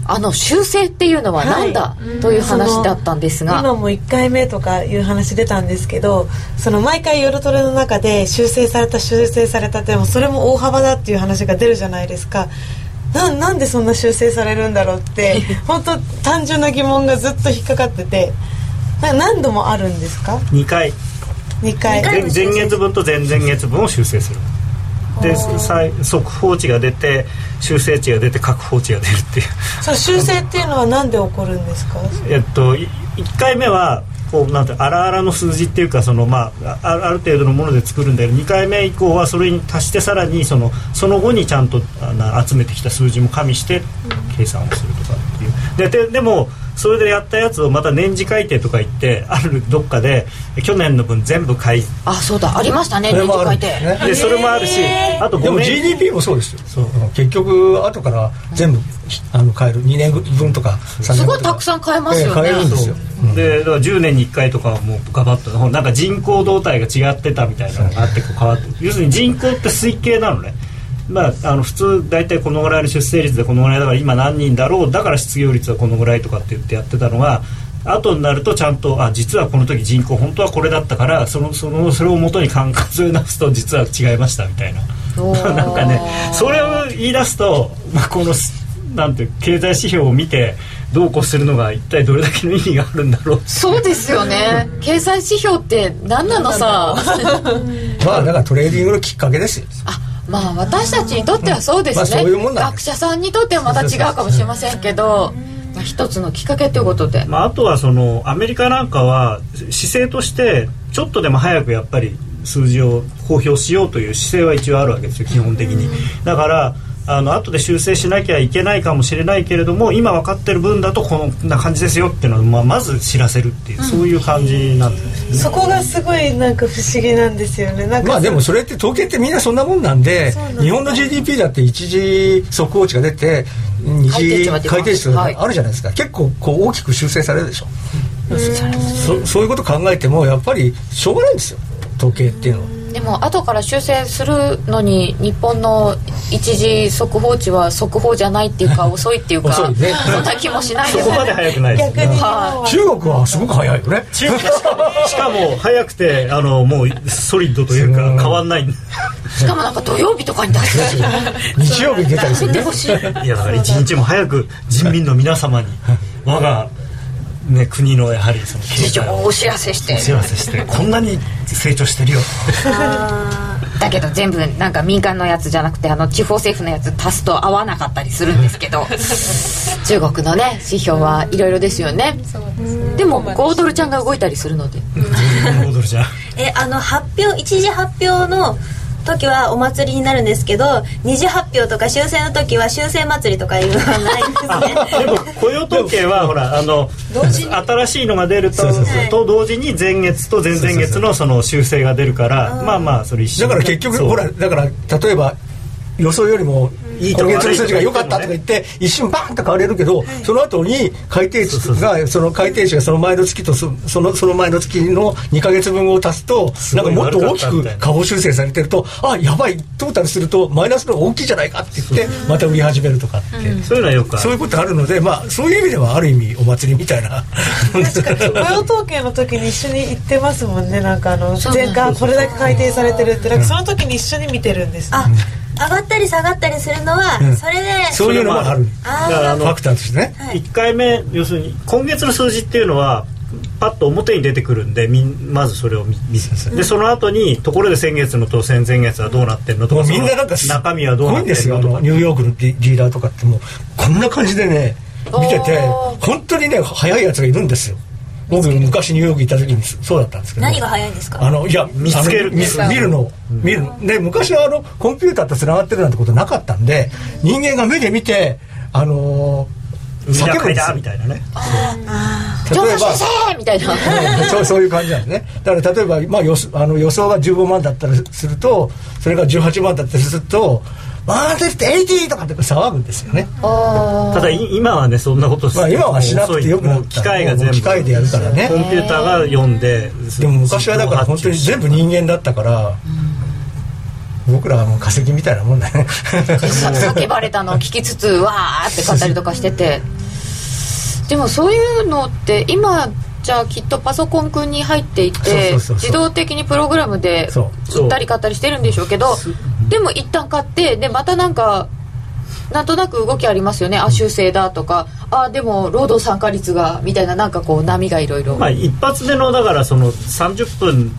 [SPEAKER 1] あの、修正っていうのはなんだ、という話だったんですが、
[SPEAKER 5] 今も1回目とかいう話出たんですけどその毎回夜トレの中で修正された修正されたってでもそれも大幅だっていう話が出るじゃないですかななんでそんな修正されるんだろうって 本当単純な疑問がずっと引っかかっててな何度もあるんですか
[SPEAKER 2] 2回
[SPEAKER 5] 2回
[SPEAKER 2] 前前月分と前々月分を修正するで最速報値が出て修正値が出て確報値が出るってい
[SPEAKER 5] その修正っていうのは何で起こるんですか
[SPEAKER 2] う えっと1回目はこうなんて荒々の数字っていうかその、まあ、あある程度のもので作るんだけど2回目以降はそれに足してさらにそのその後にちゃんとあな集めてきた数字も加味して計算をするとかっていうでででもそれでやったやつをまた年次改定とか言ってあるどっかで去年の分全部改
[SPEAKER 1] あ、そうだ、ありましたね、
[SPEAKER 3] それ
[SPEAKER 1] 年
[SPEAKER 3] も
[SPEAKER 1] 次
[SPEAKER 3] あ
[SPEAKER 1] 改
[SPEAKER 3] るんです
[SPEAKER 1] 定。
[SPEAKER 3] ね
[SPEAKER 2] でそれもあるしあと
[SPEAKER 3] で
[SPEAKER 2] 5
[SPEAKER 3] も
[SPEAKER 2] 年
[SPEAKER 3] GDP もそうですよ
[SPEAKER 2] そう
[SPEAKER 3] うん結局後から全部あの変える2年分とか3年分とか
[SPEAKER 1] すごいたくさん変えますよね
[SPEAKER 3] ええ変えるんですよ
[SPEAKER 2] でだから10年に1回とかはもうガバッとなんか人口動態が違ってたみたいなのがあってこう変わって要するに人口って推計なのねまあ、あの普通大体このぐらいの出生率でこのぐらいだから今何人だろうだから失業率はこのぐらいとかって言ってやってたのが後になるとちゃんとあ実はこの時人口本当はこれだったからそのそのそれを元に管轄を直すと実は違いましたみたいな
[SPEAKER 1] お ー
[SPEAKER 2] なんかねそれを言い出すと、まあ、このすなんていう経済指標を見てどうこうするのが一体どれだけの意味があるんだろう
[SPEAKER 1] そうですよ ね。経済指標って何なのさ。
[SPEAKER 3] まあだからトレーディングのきっかけですよ
[SPEAKER 1] あまあ私たちにとってはそうですね、
[SPEAKER 3] まあそういうもんなんで
[SPEAKER 1] 学者さんにとってはまた違うかもしれませんけど、まあ、一つのきっかけということで、
[SPEAKER 2] まあ、あとはそのアメリカなんかは姿勢としてちょっとでも早くやっぱり数字を公表しようという姿勢は一応あるわけですよ基本的にだからあの後で修正しなきゃいけないかもしれないけれども今分かってる分だとこんな感じですよっていうのを、まあ、まず知らせるっていう、そういう感じなんですね
[SPEAKER 5] そこがすごいなんか不思議なんですよねなんか
[SPEAKER 3] まあでもそれって統計ってみんなそんなもんなんで
[SPEAKER 5] そうなんです
[SPEAKER 3] 日本の GDP だって一時速報値が出て二次
[SPEAKER 1] 改定値まで
[SPEAKER 3] 改定値が
[SPEAKER 1] はい
[SPEAKER 3] あるじゃないですか、結構こう大きく修正されるでしょそそういうこと考えてもやっぱりしょうがないんですよ統計っていうのは
[SPEAKER 1] でも後から修正するのに日本の一時速報値は速報じゃないっていうか遅いっていうか
[SPEAKER 3] 遅いね
[SPEAKER 1] そんな気もしない
[SPEAKER 2] そ
[SPEAKER 1] で
[SPEAKER 2] こ
[SPEAKER 1] も
[SPEAKER 2] まで早くないです
[SPEAKER 5] 逆
[SPEAKER 2] ね
[SPEAKER 5] に
[SPEAKER 1] は
[SPEAKER 3] 中国はすごく早いよね
[SPEAKER 2] しかも早くてあのもうソリッドというか変わんないんだ
[SPEAKER 1] しかもなんか土曜日とかに出して
[SPEAKER 3] 日曜日に出たり
[SPEAKER 1] 出
[SPEAKER 3] する
[SPEAKER 1] て
[SPEAKER 3] ね
[SPEAKER 1] ほしい
[SPEAKER 2] いやだから一日も早く人民の皆様に我が、ね、国のやはりその経
[SPEAKER 1] 非
[SPEAKER 2] 済
[SPEAKER 1] 常
[SPEAKER 2] を
[SPEAKER 1] お知らせして
[SPEAKER 2] 幸せしてこんなに成長してるよ
[SPEAKER 1] だけど全部なんか民間のやつじゃなくてあの地方政府のやつ足すと合わなかったりするんですけど 中国のね指標はいろいろですよねでも5ドルちゃんが動いたりするの で
[SPEAKER 2] 戻るじゃん
[SPEAKER 6] えあの発表一次発表の時はお祭りになるんですけど二次発表とか修正の時は修正祭りとかいうのはないんですね
[SPEAKER 2] でも雇用統計はほらあの新しいのが出ると
[SPEAKER 3] そうそうそう
[SPEAKER 2] と同時に前月と前々月のその修正が出るからまあまあそれ一緒
[SPEAKER 3] だから結局
[SPEAKER 2] そう
[SPEAKER 3] ほらだから例えば予想よりも
[SPEAKER 2] いいと
[SPEAKER 3] 今
[SPEAKER 2] こ
[SPEAKER 3] 月の数字が良かったと
[SPEAKER 2] 悪い
[SPEAKER 3] か
[SPEAKER 2] とこ
[SPEAKER 3] 言って一瞬バーンと買われるけど、その後に改定値がその改定値がその前の月とそそのその前の月の2か月分を足すと
[SPEAKER 2] ご
[SPEAKER 3] ないんかもっと大き
[SPEAKER 2] 悪かったみ
[SPEAKER 3] く
[SPEAKER 2] たいな
[SPEAKER 3] 下方修正されてるとあやばいトータルするとマイナスの方が大きいじゃないかって言ってまた売り始めるとかって、
[SPEAKER 2] そういうのはよくあ
[SPEAKER 3] そうい
[SPEAKER 2] る
[SPEAKER 3] うことあるのでまあそういう意味ではある意味お祭りみたいな。
[SPEAKER 5] 確かに雇用統計の時に一緒に行ってますもんねなんかあの
[SPEAKER 1] そうなんです
[SPEAKER 5] 前回これだけ改定されてるってなんかその時に一緒に見てるんですね
[SPEAKER 6] あ上がったり下がったりするのは、
[SPEAKER 3] ん
[SPEAKER 6] それで
[SPEAKER 3] そういうのもある
[SPEAKER 6] あー
[SPEAKER 2] だからあ
[SPEAKER 3] フ
[SPEAKER 2] の
[SPEAKER 3] ァクターとしてね
[SPEAKER 6] はい
[SPEAKER 2] 1回目要するに今月の数字っていうのはパッと表に出てくるんでみんまずそれを見見せでその後にところで先月のと先々月はどうなってんのと
[SPEAKER 3] も
[SPEAKER 2] か
[SPEAKER 3] う
[SPEAKER 2] その
[SPEAKER 3] みんななんかす
[SPEAKER 2] 中身はどうなっ
[SPEAKER 3] すごいんで
[SPEAKER 2] て
[SPEAKER 3] す
[SPEAKER 2] ん
[SPEAKER 3] よ
[SPEAKER 2] の
[SPEAKER 3] あ
[SPEAKER 2] と
[SPEAKER 3] の
[SPEAKER 2] か
[SPEAKER 3] ニューヨークのリリーダーとかってもうこんな感じでね見てて
[SPEAKER 1] おー
[SPEAKER 3] 本当にね早いやつがいるんですよ僕昔ニューヨーク行った時にそうだったんですけど
[SPEAKER 6] 何が早いんですか
[SPEAKER 3] あのいや
[SPEAKER 2] 見つける
[SPEAKER 3] あの見見るの見るで昔はあのコンピューターとつながってるなんてことなかったんで人間が目で見てあのー
[SPEAKER 2] 見
[SPEAKER 3] 叫ぶん
[SPEAKER 2] い
[SPEAKER 3] です
[SPEAKER 2] だ
[SPEAKER 3] よ
[SPEAKER 2] みたいなね
[SPEAKER 1] 上
[SPEAKER 3] 例え
[SPEAKER 1] 手
[SPEAKER 3] ば
[SPEAKER 1] 先生みたいな
[SPEAKER 3] そうそういう感じなんですねだから例えば、まあ、予想あの予想が15万だったりするとそれが18万だったりすると「マーティエイティとかって騒ぐんですよね、
[SPEAKER 1] あ
[SPEAKER 2] ただい今はねそんなこと
[SPEAKER 3] まあ、今はしなくてよくな
[SPEAKER 2] も
[SPEAKER 3] っ
[SPEAKER 2] う
[SPEAKER 3] た
[SPEAKER 2] 機械が全
[SPEAKER 3] もう
[SPEAKER 2] 部
[SPEAKER 3] 機械でやるからね
[SPEAKER 2] コンピューターが読んで
[SPEAKER 3] でも昔はだから本当に全部人間だったから、僕らはもう化石みたいなもん だね
[SPEAKER 1] ーさ叫ばれたのを聞きつつわーって語ったりとかしててでもそういうのって今じゃあきっとパソコン君に入っていて
[SPEAKER 3] そうそうそうそう
[SPEAKER 1] 自動的にプログラムで
[SPEAKER 3] そう
[SPEAKER 2] そう
[SPEAKER 1] 売ったり買ったりしてるんでしょうけどでも一旦買ってでまたなんかなんとなく動きありますよねあ修正だとかあでも労働参加率がみたいななんかこう波がいろいろ
[SPEAKER 2] まあ、一発でのだからその30分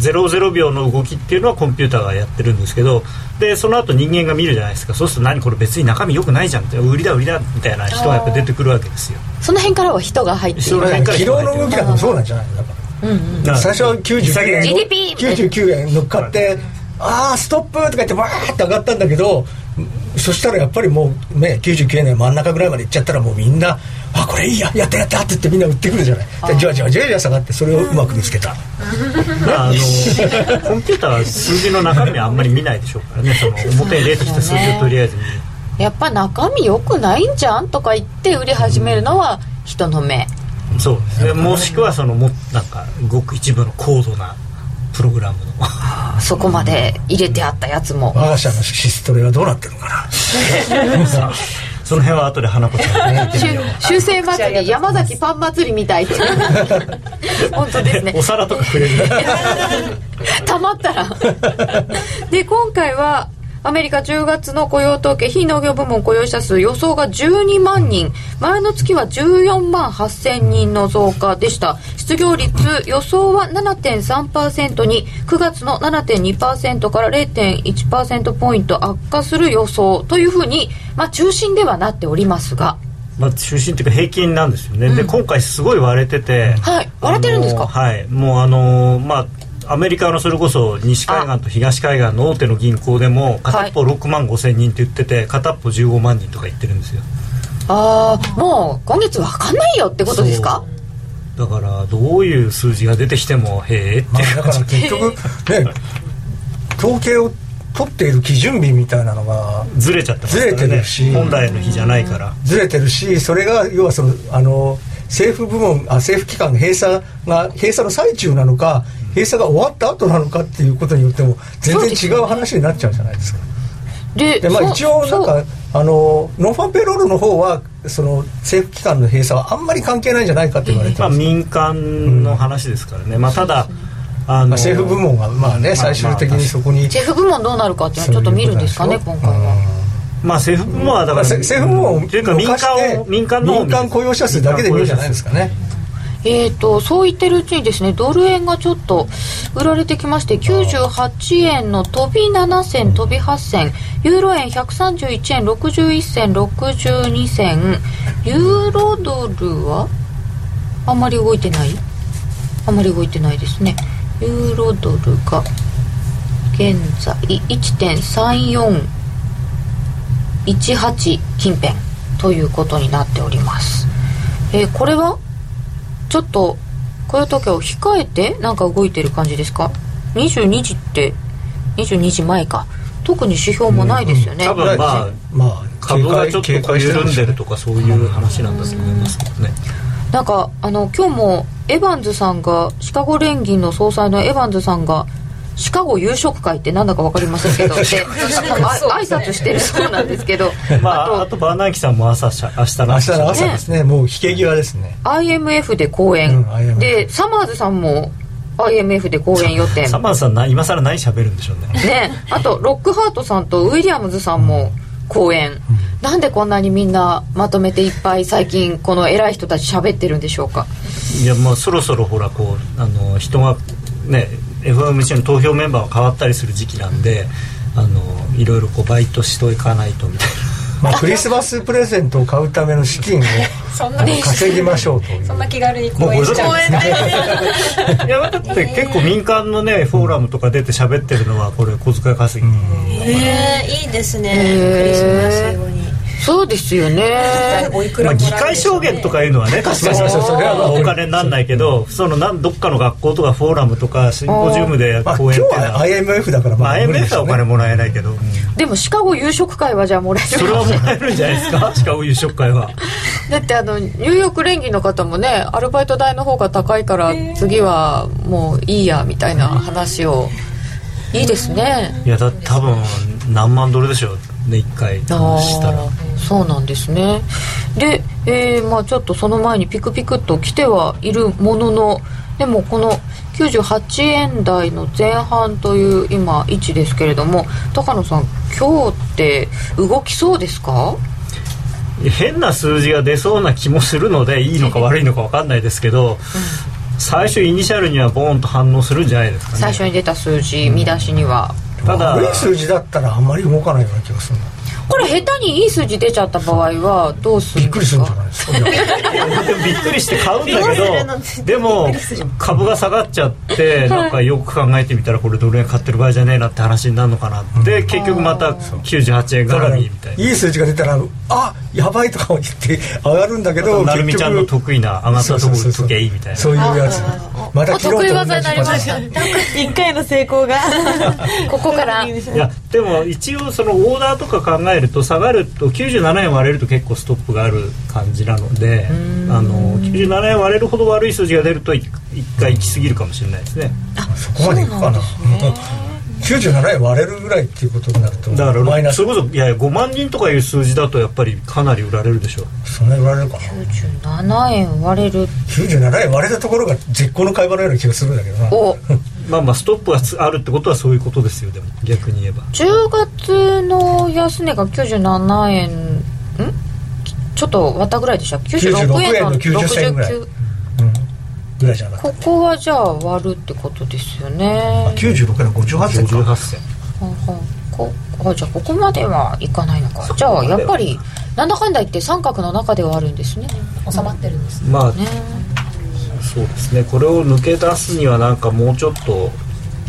[SPEAKER 2] 00秒の動きっていうのはコンピューターがやってるんですけどでその後人間が見るじゃないですかそうすると何これ別に中身良くないじゃんって売りだ売りだみたいな人がやっぱ出てくるわけですよ
[SPEAKER 1] その辺からは人が入ってい
[SPEAKER 2] 人
[SPEAKER 1] る
[SPEAKER 2] が入っ
[SPEAKER 3] 昨日の動きなんかもそうなんじゃないのだから
[SPEAKER 2] だか
[SPEAKER 3] 最
[SPEAKER 2] ら
[SPEAKER 3] 初は99円
[SPEAKER 1] GDP
[SPEAKER 3] 99円乗っかって「ああストップ!」とか言ってわーって上がったんだけどそしたらやっぱりもうね99円の真ん中ぐらいまで行っちゃったらもうみんな「あこれいいややったやった」って言ってみんな売ってくるじゃないでじわじわじわじわ下がってそれをうまく見つけた
[SPEAKER 2] まああのコンピューターは数字の中身はあんまり見ないでしょうからねその表に出てきた数字をとりあえず見る
[SPEAKER 1] やっぱ中身良くないんじゃんとか言って売り始めるのは人の目
[SPEAKER 2] そうですねもしくはそのもなんかごく一部の高度なプログラムの
[SPEAKER 1] そこまで入れてあったやつも
[SPEAKER 3] 我が社のシストレはどうなってるのかな
[SPEAKER 2] さあその辺は後で花子ちゃんに聞いてみよう
[SPEAKER 1] 修正祭り山崎パン祭りみたいって 本当ですね
[SPEAKER 2] お皿とかくれる
[SPEAKER 1] たまったらで今回はアメリカ10月の雇用統計非農業部門雇用者数予想が12万人前の月は14万8000人の増加でした失業率予想は7.3%に9月の7.2%から0.1%ポイント悪化する予想というふうに、まあ、中心ではなっておりますが
[SPEAKER 2] まあ、中心というか平均なんですよね、で今回すごい割れてて、
[SPEAKER 1] はい割れてるんですか
[SPEAKER 2] あのはいもうあのーまあアメリカのそれこそ西海岸と東海岸の大手の銀行でも片っぽ6万5千人って言ってて片っぽ15万人とか言ってるんですよ
[SPEAKER 1] ああもう今月わかんないよってことですか
[SPEAKER 2] だからどういう数字が出てきてもへえって
[SPEAKER 3] ま
[SPEAKER 2] いう
[SPEAKER 3] あ、だ から結局ね統計を取っている基準日みたいなのが
[SPEAKER 2] ずれちゃってますからね
[SPEAKER 3] ずれてるし
[SPEAKER 2] 本来の日じゃないから
[SPEAKER 3] ずれてるしそれが要はそのあの政府部門あ政府機関の閉鎖が閉鎖の最中なのか閉鎖が終わった後なのかっていうことによっても全
[SPEAKER 1] そうです
[SPEAKER 3] 然違う話になっちゃうじゃないですか。
[SPEAKER 1] で
[SPEAKER 3] でま
[SPEAKER 1] そ
[SPEAKER 3] あ、一応なん
[SPEAKER 1] そう
[SPEAKER 3] かあのノンファンペイロールの方はその政府機関の閉鎖はあんまり関係ないんじゃないかって言われて
[SPEAKER 2] まあ
[SPEAKER 3] ます、
[SPEAKER 2] 民間の話ですからね、まあただあのー
[SPEAKER 3] まあ、政府部門がまあね最終的にそこに
[SPEAKER 1] シェフ部門どうなるかっていうのをちょっと見るんですかね今回は。
[SPEAKER 2] まあ政府部門はだ
[SPEAKER 3] だ
[SPEAKER 2] か、
[SPEAKER 3] かららせ政府部門を
[SPEAKER 2] というか民
[SPEAKER 3] 動かして
[SPEAKER 2] 間を民間の方を見る
[SPEAKER 3] 民間雇用者数だけで見るじゃないですかね
[SPEAKER 1] えー、とそう言ってるうちにですねドル円がちょっと売られてきまして98円の飛び7銭飛び8銭ユーロ円131円61銭62銭ユーロドルはあんまり動いてないあんまり動いてないですねユーロドルが現在1.3418近辺ということになっております、えーこれはちょっと雇用統計を控えてなんか動いてる感じですか22時って22時前か特に指標もないですよね、
[SPEAKER 2] 多分まあ
[SPEAKER 3] まあ
[SPEAKER 2] 株がちょっ
[SPEAKER 3] 警戒警
[SPEAKER 2] と
[SPEAKER 3] 戒
[SPEAKER 2] 緩ん
[SPEAKER 3] してるでし
[SPEAKER 2] で
[SPEAKER 3] ょう
[SPEAKER 2] るとかそういう話なんだと思いますけどね。
[SPEAKER 1] なんかあの今日もエバンズさんがシカゴ連銀の総裁のエバンズさんがシカゴ夕食会ってなんだかわかりませんけどってあ挨拶してるそうなんですけど、
[SPEAKER 2] まああ
[SPEAKER 1] あと
[SPEAKER 2] とバーナーキさんも朝しゃ明日の
[SPEAKER 3] 明日の朝
[SPEAKER 1] ね
[SPEAKER 3] ですねもう引け際ですね
[SPEAKER 1] IMF で講演、
[SPEAKER 3] うん IMF
[SPEAKER 1] でサマーズさんも IMF で講演予定
[SPEAKER 2] サマンさんな今更何喋るんでしょうね。
[SPEAKER 1] ねあとロックハートさんとウィリアムズさんも講演、なんでこんなにみんなまとめていっぱい最近この偉い人たち喋ってるんでしょうか
[SPEAKER 2] いやまあそろそろほらこうあの人がね FOMC の投票メンバーが変わったりする時期なんであのいろいろこうバイトしといかないとみたい
[SPEAKER 3] まあクリスマスプレゼントを買うための資 金を
[SPEAKER 4] そんな
[SPEAKER 3] 稼ぎましょうという
[SPEAKER 4] そんな気軽に公演しちゃうんですか
[SPEAKER 2] ないやだって結構民間のねフォーラムとか出て喋ってるのはこれ小遣い稼ぎ、
[SPEAKER 6] えー、いいですね、
[SPEAKER 1] へー
[SPEAKER 6] クリスマス後に
[SPEAKER 1] そうですよね
[SPEAKER 4] おいく
[SPEAKER 2] ま
[SPEAKER 4] ら
[SPEAKER 2] あ、
[SPEAKER 4] もら
[SPEAKER 2] 議
[SPEAKER 4] うんで
[SPEAKER 2] 会
[SPEAKER 4] しょ
[SPEAKER 2] 証
[SPEAKER 4] うね
[SPEAKER 2] 言とかいうのはね確かに
[SPEAKER 3] そうそうそうそれはまあ
[SPEAKER 2] お金になんないけどそのなんどっかの学校とかフォーラムとかシンポジウムで
[SPEAKER 3] まあ
[SPEAKER 2] 講
[SPEAKER 3] 今
[SPEAKER 2] 演っていう
[SPEAKER 3] 日
[SPEAKER 2] の
[SPEAKER 3] は
[SPEAKER 2] は、
[SPEAKER 3] IMF だから
[SPEAKER 2] まあ、
[SPEAKER 3] 無理で
[SPEAKER 2] IMF
[SPEAKER 3] しょ
[SPEAKER 2] は
[SPEAKER 3] う
[SPEAKER 2] お
[SPEAKER 3] ね
[SPEAKER 2] 金もらえないけど、
[SPEAKER 1] でもシカゴ夕食会はじゃあもらえる
[SPEAKER 2] それはもらえるんじゃないですかシカゴ夕食会は。
[SPEAKER 1] だってあのニューヨーク連銀の方もねアルバイト代の方が高いから次はもういいやみたいな話をいいですね
[SPEAKER 2] いやだ多分何万ドルでしょうね一回
[SPEAKER 1] あ
[SPEAKER 2] したら
[SPEAKER 1] ーそうなんですねで、えーまあ、ちょっとその前にピクピクっと来てはいるもののでもこの98円台の前半という今位置ですけれども高野さん今日って動きそうですか
[SPEAKER 2] 変な数字が出そうな気もするのでいいのか悪いのか分かんないですけど、最初イニシャルにはボーンと反応するんじゃないですかね
[SPEAKER 1] 最初に出た数字見出しには
[SPEAKER 2] ただ
[SPEAKER 3] 悪い数字だったらあんまり動かないような気がするな
[SPEAKER 1] これ下手にいい数字出ちゃった場合はどうす
[SPEAKER 3] び
[SPEAKER 1] るん
[SPEAKER 3] っく
[SPEAKER 1] で
[SPEAKER 3] りす
[SPEAKER 1] す
[SPEAKER 3] るん
[SPEAKER 1] か
[SPEAKER 3] じゃないですか
[SPEAKER 2] で もびっくりして買うん
[SPEAKER 6] どうする
[SPEAKER 2] だ
[SPEAKER 6] の
[SPEAKER 2] けどでも株が下がっちゃってなんかよく考えてみたらこれドル円買ってる場合じゃねえなって話になるのかなって、結局また98円
[SPEAKER 3] だか
[SPEAKER 2] 絡
[SPEAKER 3] らい
[SPEAKER 2] みみたいない
[SPEAKER 3] 数字が出たらあやばいとか言って上がるんだけど
[SPEAKER 2] なるみちゃんの
[SPEAKER 3] 結局
[SPEAKER 2] 得意な上がったとこ時計みたいな
[SPEAKER 3] そういうやつまた切ろうと同じパ
[SPEAKER 1] お得意
[SPEAKER 3] ターン
[SPEAKER 1] 技になりました
[SPEAKER 5] 1回の成 功が
[SPEAKER 1] ここから
[SPEAKER 2] いやでも一応そのオーダーとか考えると下がると97円割れると結構ストップがある感じなのであの97円割れるほど悪い数字が出ると一一回行き過ぎるかもしれないですね
[SPEAKER 3] そこまでいくかな97円割れるぐらいっていうことになると
[SPEAKER 2] だか
[SPEAKER 3] マイ
[SPEAKER 2] ら
[SPEAKER 3] ナス
[SPEAKER 2] それこそいやいや5万人とかいう数字だとやっぱりかなり売られるでしょう
[SPEAKER 3] そんなに割れるかな
[SPEAKER 1] 97円割れる
[SPEAKER 3] 97円割れたところが絶好の買い場のような気がするんだけどな
[SPEAKER 1] お
[SPEAKER 2] まあまあストップがつあるってことはそういうことですよでも逆に言えば
[SPEAKER 1] 10月の安値が97円んちょっと割ったぐらいでした96
[SPEAKER 3] 96
[SPEAKER 1] 円の
[SPEAKER 3] 円の90銭ぐらい
[SPEAKER 1] 69
[SPEAKER 3] ぐらいじゃなくて
[SPEAKER 1] ここはじゃあ割るってことですよね
[SPEAKER 3] 96円の58銭か
[SPEAKER 2] 58銭
[SPEAKER 1] ほんほんこあじゃあここまではいかないのかじゃあやっぱりなんだかんだ言って三角の中ではあるんですね
[SPEAKER 4] 収まってるんですね
[SPEAKER 2] まあ
[SPEAKER 1] ね
[SPEAKER 2] そうですねこれを抜け出すにはなんかもうちょっと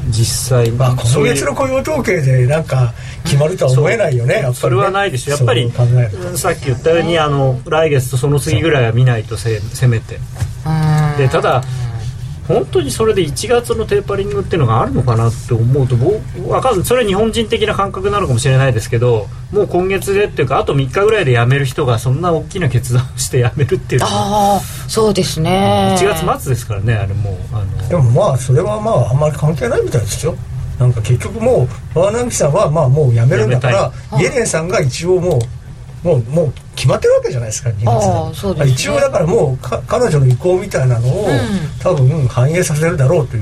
[SPEAKER 2] 実際
[SPEAKER 3] まあ、
[SPEAKER 2] そ
[SPEAKER 3] 今
[SPEAKER 2] ういう
[SPEAKER 3] 月の雇用統計でなんか決まるとは思えないよね、やっぱりね
[SPEAKER 2] それはないでしょやっぱり
[SPEAKER 3] そう考えると
[SPEAKER 2] さっき言ったようにあの来月とその次ぐらいは見ないとせせめて
[SPEAKER 1] うん
[SPEAKER 2] でただ本当にそれで1月のテーパリングっていうのがあるのかなって思うと僕わかんないそれは日本人的な感覚なのかもしれないですけどもう今月でっていうかあと3日ぐらいで辞める人がそんな大きな決断をして辞めるっていうのは
[SPEAKER 1] ああそうですね
[SPEAKER 2] 1月末ですからねあれもうあ
[SPEAKER 3] で
[SPEAKER 2] の
[SPEAKER 3] もまあそれはまああんまり関係ないみたいですよなんか結局もうバーナンキさんはまあもう辞めるんだから
[SPEAKER 1] たい
[SPEAKER 3] イエレンさんが一応もうもうもう決まってるわけじゃないですか人
[SPEAKER 1] ああそうですね
[SPEAKER 3] 一応だからもうか彼女の意向みたいなのを、多分反映させるだろうという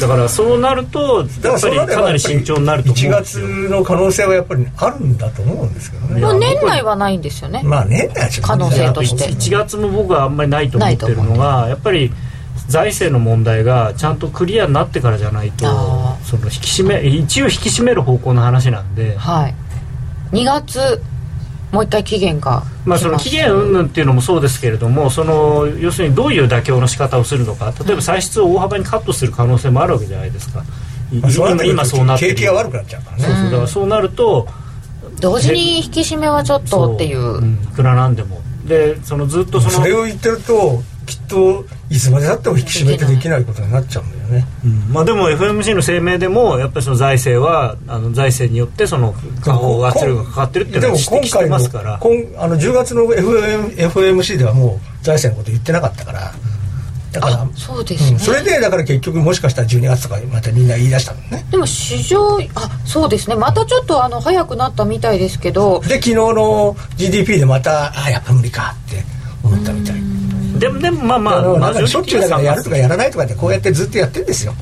[SPEAKER 2] だからそうなるとや
[SPEAKER 3] だから
[SPEAKER 2] っぱ
[SPEAKER 3] そう
[SPEAKER 2] り
[SPEAKER 3] なれ
[SPEAKER 2] か
[SPEAKER 3] ば
[SPEAKER 2] な
[SPEAKER 3] や
[SPEAKER 2] り
[SPEAKER 3] っぱり
[SPEAKER 2] 慎重になると思
[SPEAKER 3] 1
[SPEAKER 2] うんです
[SPEAKER 3] 月
[SPEAKER 2] よ
[SPEAKER 3] の可能性はやっぱりあるんだと思うんですけどね
[SPEAKER 1] もう年内はないんですよね
[SPEAKER 3] まあ年内はちょっと
[SPEAKER 1] 可能性として
[SPEAKER 2] 1月も僕はあんまりないと思ってるのがやっぱり財政の問題がちゃんとクリアになってからじゃないと
[SPEAKER 1] あ
[SPEAKER 2] その引き締め一応引き締める方向の話なんで、
[SPEAKER 1] はい2月もう一回期限が
[SPEAKER 2] まあ、その期限云々っていうのもそうですけれどもその要するにどういう妥協の仕方をするのか例えば歳出を大幅にカットする可能性もあるわけじゃないですか、い
[SPEAKER 3] まあそうなって
[SPEAKER 2] 今
[SPEAKER 3] くる
[SPEAKER 2] 今
[SPEAKER 3] と
[SPEAKER 2] そうなってる
[SPEAKER 3] 景気が悪くなっちゃうからね
[SPEAKER 2] そうそうだからそうなると
[SPEAKER 1] 同時に引き締めはちょっ
[SPEAKER 2] そ
[SPEAKER 1] とっていうん
[SPEAKER 2] いくらなんでもでそのずっとその
[SPEAKER 3] それを言ってるときっといつまでたっても引き締めってできないことになっちゃうんだよね
[SPEAKER 2] うんまあ、でも FMC の声明でもやっぱりその財政はあの財政によってその下方圧力がかかってるっていう
[SPEAKER 3] で
[SPEAKER 2] のは指摘
[SPEAKER 3] も今
[SPEAKER 2] して
[SPEAKER 3] 回の
[SPEAKER 2] ますから
[SPEAKER 3] 今あの10月の FM FMC ではもう財政のこと言ってなかったからだから
[SPEAKER 1] そうですね、
[SPEAKER 3] うんそれでだから結局もしかしたら12月とかにまたみんな言い出したのね
[SPEAKER 1] でも市場あそうですねまたちょっとあの早くなったみたいですけ ど
[SPEAKER 3] で昨日の GDP でまたああやっぱ無理かって思ったみたい
[SPEAKER 2] でもでもまあま
[SPEAKER 3] あの
[SPEAKER 2] あ
[SPEAKER 3] なんかしょっちゅうだからやるとか
[SPEAKER 2] や
[SPEAKER 3] やらないとかってこうやってずっとやってんですよ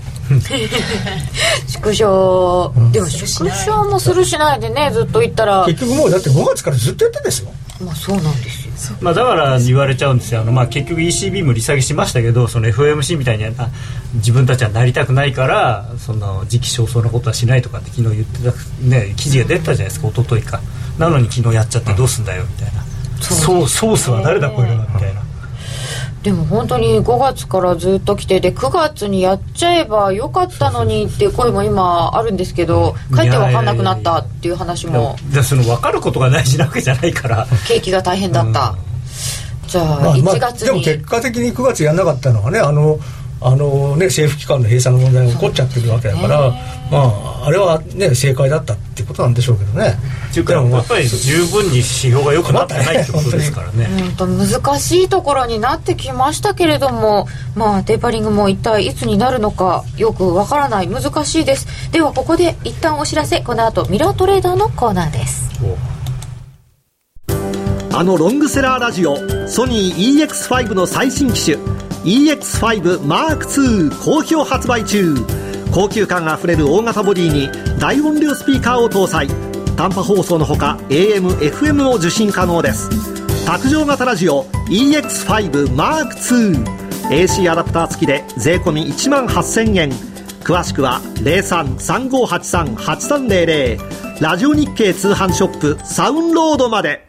[SPEAKER 1] 縮小、でも縮小もするしないでねずっと言ったら
[SPEAKER 3] 結局もうだって5月からずっとやってんですよ
[SPEAKER 1] まあそうなんですよ
[SPEAKER 2] まあ、だから言われちゃうんですよあの、まあ、結局 ECB も利下げしましたけどその FOMC みたいにあ自分たちはなりたくないからそんな時期尚早なことはしないとかって昨日言ってた、ね、記事が出てたじゃないですか一昨日かなのに昨日やっちゃってどうすんだよみたいな、そうソースは誰だこれはみたいな、
[SPEAKER 1] でも本当に5月からずっと来てで9月にやっちゃえばよかったのにっていう声も今あるんですけどかえって分かんなくなったっていう話
[SPEAKER 2] でも
[SPEAKER 1] も
[SPEAKER 2] じゃあその分かることが大事なわけじゃないから
[SPEAKER 1] 景気が大変だった、じゃ
[SPEAKER 3] ま
[SPEAKER 1] あ
[SPEAKER 3] あま
[SPEAKER 1] 1
[SPEAKER 3] あ、
[SPEAKER 1] 月
[SPEAKER 3] でも
[SPEAKER 1] に、
[SPEAKER 3] 結果的に9月やんなかったのはねあのあのね政府機関の閉鎖の問題が起こっちゃってるわけだから、まああれはね正解だったっていうことなんでしょうけどね
[SPEAKER 2] っていうか
[SPEAKER 3] でもまあ
[SPEAKER 2] やっぱり十分に指標が良くなってないってことですからね
[SPEAKER 1] うんと難しいところになってきましたけれどもまあテーパリングも一体いつになるのかよくわからない難しいですではここで一旦お知らせこの後ミラートレーダーのコーナーです
[SPEAKER 2] こう
[SPEAKER 7] あのロングセラーラジオソニー EX5 の最新機種 EX5M2 好評発売中高級感あふれる大型ボディに大音量スピーカーを搭載短波放送のほか AMFM を受信可能です卓上型ラジオ EX5M2AC アダプター付きで税込1万8000円詳しくは0335838300ラジオ日経通販ショップサウンロードまで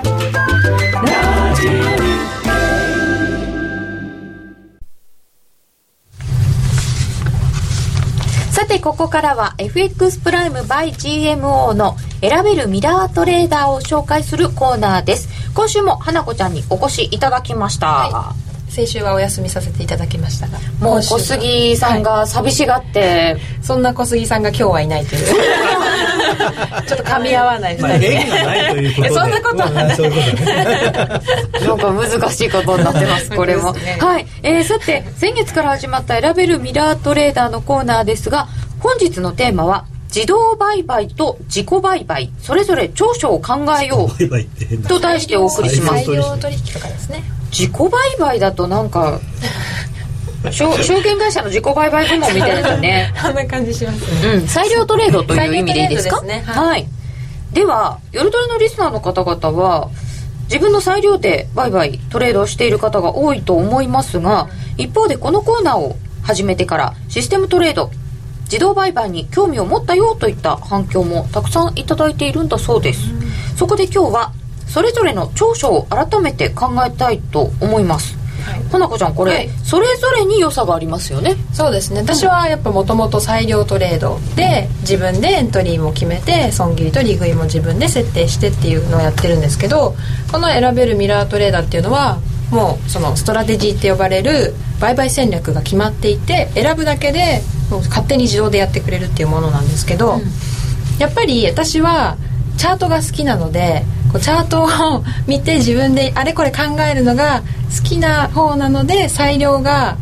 [SPEAKER 1] さてここからは FX プライム by GMO の選べるミラートレーダーを紹介するコーナーです今週も花子ちゃんにお越しいただきました、
[SPEAKER 4] は先週はお休みさせていただきましたが
[SPEAKER 1] もう
[SPEAKER 4] 今週
[SPEAKER 1] 小
[SPEAKER 4] は
[SPEAKER 1] 杉さんが寂しがって、
[SPEAKER 4] そんな小杉さんが今日はいないというちょっと噛み合わない
[SPEAKER 2] まあ
[SPEAKER 4] 2人で
[SPEAKER 2] 縁がないということで
[SPEAKER 4] い やそんなことはない
[SPEAKER 3] そういうことだね
[SPEAKER 1] なんか難しいことになって ます、これも。
[SPEAKER 4] 本当ですね
[SPEAKER 1] はい。えー、さて、先月から始まった選べるミラートレーダーのコーナーですが、本日のテーマは、自動売買と自己売買、それぞれ長所を考えよ
[SPEAKER 2] バイバイって変
[SPEAKER 1] う、
[SPEAKER 2] な
[SPEAKER 1] と題してお送りしま
[SPEAKER 2] 裁
[SPEAKER 1] す。
[SPEAKER 4] 裁量取引とかですね
[SPEAKER 1] 自己売買だとなんか、証証券会社の自己売買部門みたいですよね。
[SPEAKER 4] そんな感じしますね
[SPEAKER 1] うん、裁量トレードとい
[SPEAKER 4] 裁
[SPEAKER 1] う意
[SPEAKER 4] 量
[SPEAKER 1] 味
[SPEAKER 4] ト
[SPEAKER 1] でい
[SPEAKER 4] レ
[SPEAKER 1] い
[SPEAKER 4] ード
[SPEAKER 1] で
[SPEAKER 4] ですすね
[SPEAKER 1] か
[SPEAKER 4] はい
[SPEAKER 1] はい。では、夜トレのリスナーの方々は、自分の裁量で売買、トレードをしている方が多いと思いますが、一方でこのコーナーを始めてから、システムトレード、自動売買に興味を持ったよといった反響もたくさんいただいているんだそうです。そこで今日は、それぞれの長所を改めて考えたいと思います。ほなこちゃん、これ、
[SPEAKER 4] はい
[SPEAKER 1] それぞれに良さがありますよね。
[SPEAKER 4] そうですね私はやっぱもともと裁量トレードで自分でエントリーも決めて損切りと利食いも自分で設定してっていうのをやってるんですけどこの選べるミラートレーダーっていうのはもうそのストラテジーって呼ばれる売買戦略が決まっていて選ぶだけでもう勝手に自動でやってくれるっていうものなんですけど、やっぱり私はチャートが好きなのでこうチャートを見て自分であれこれ考えるのが好きな方なので裁量が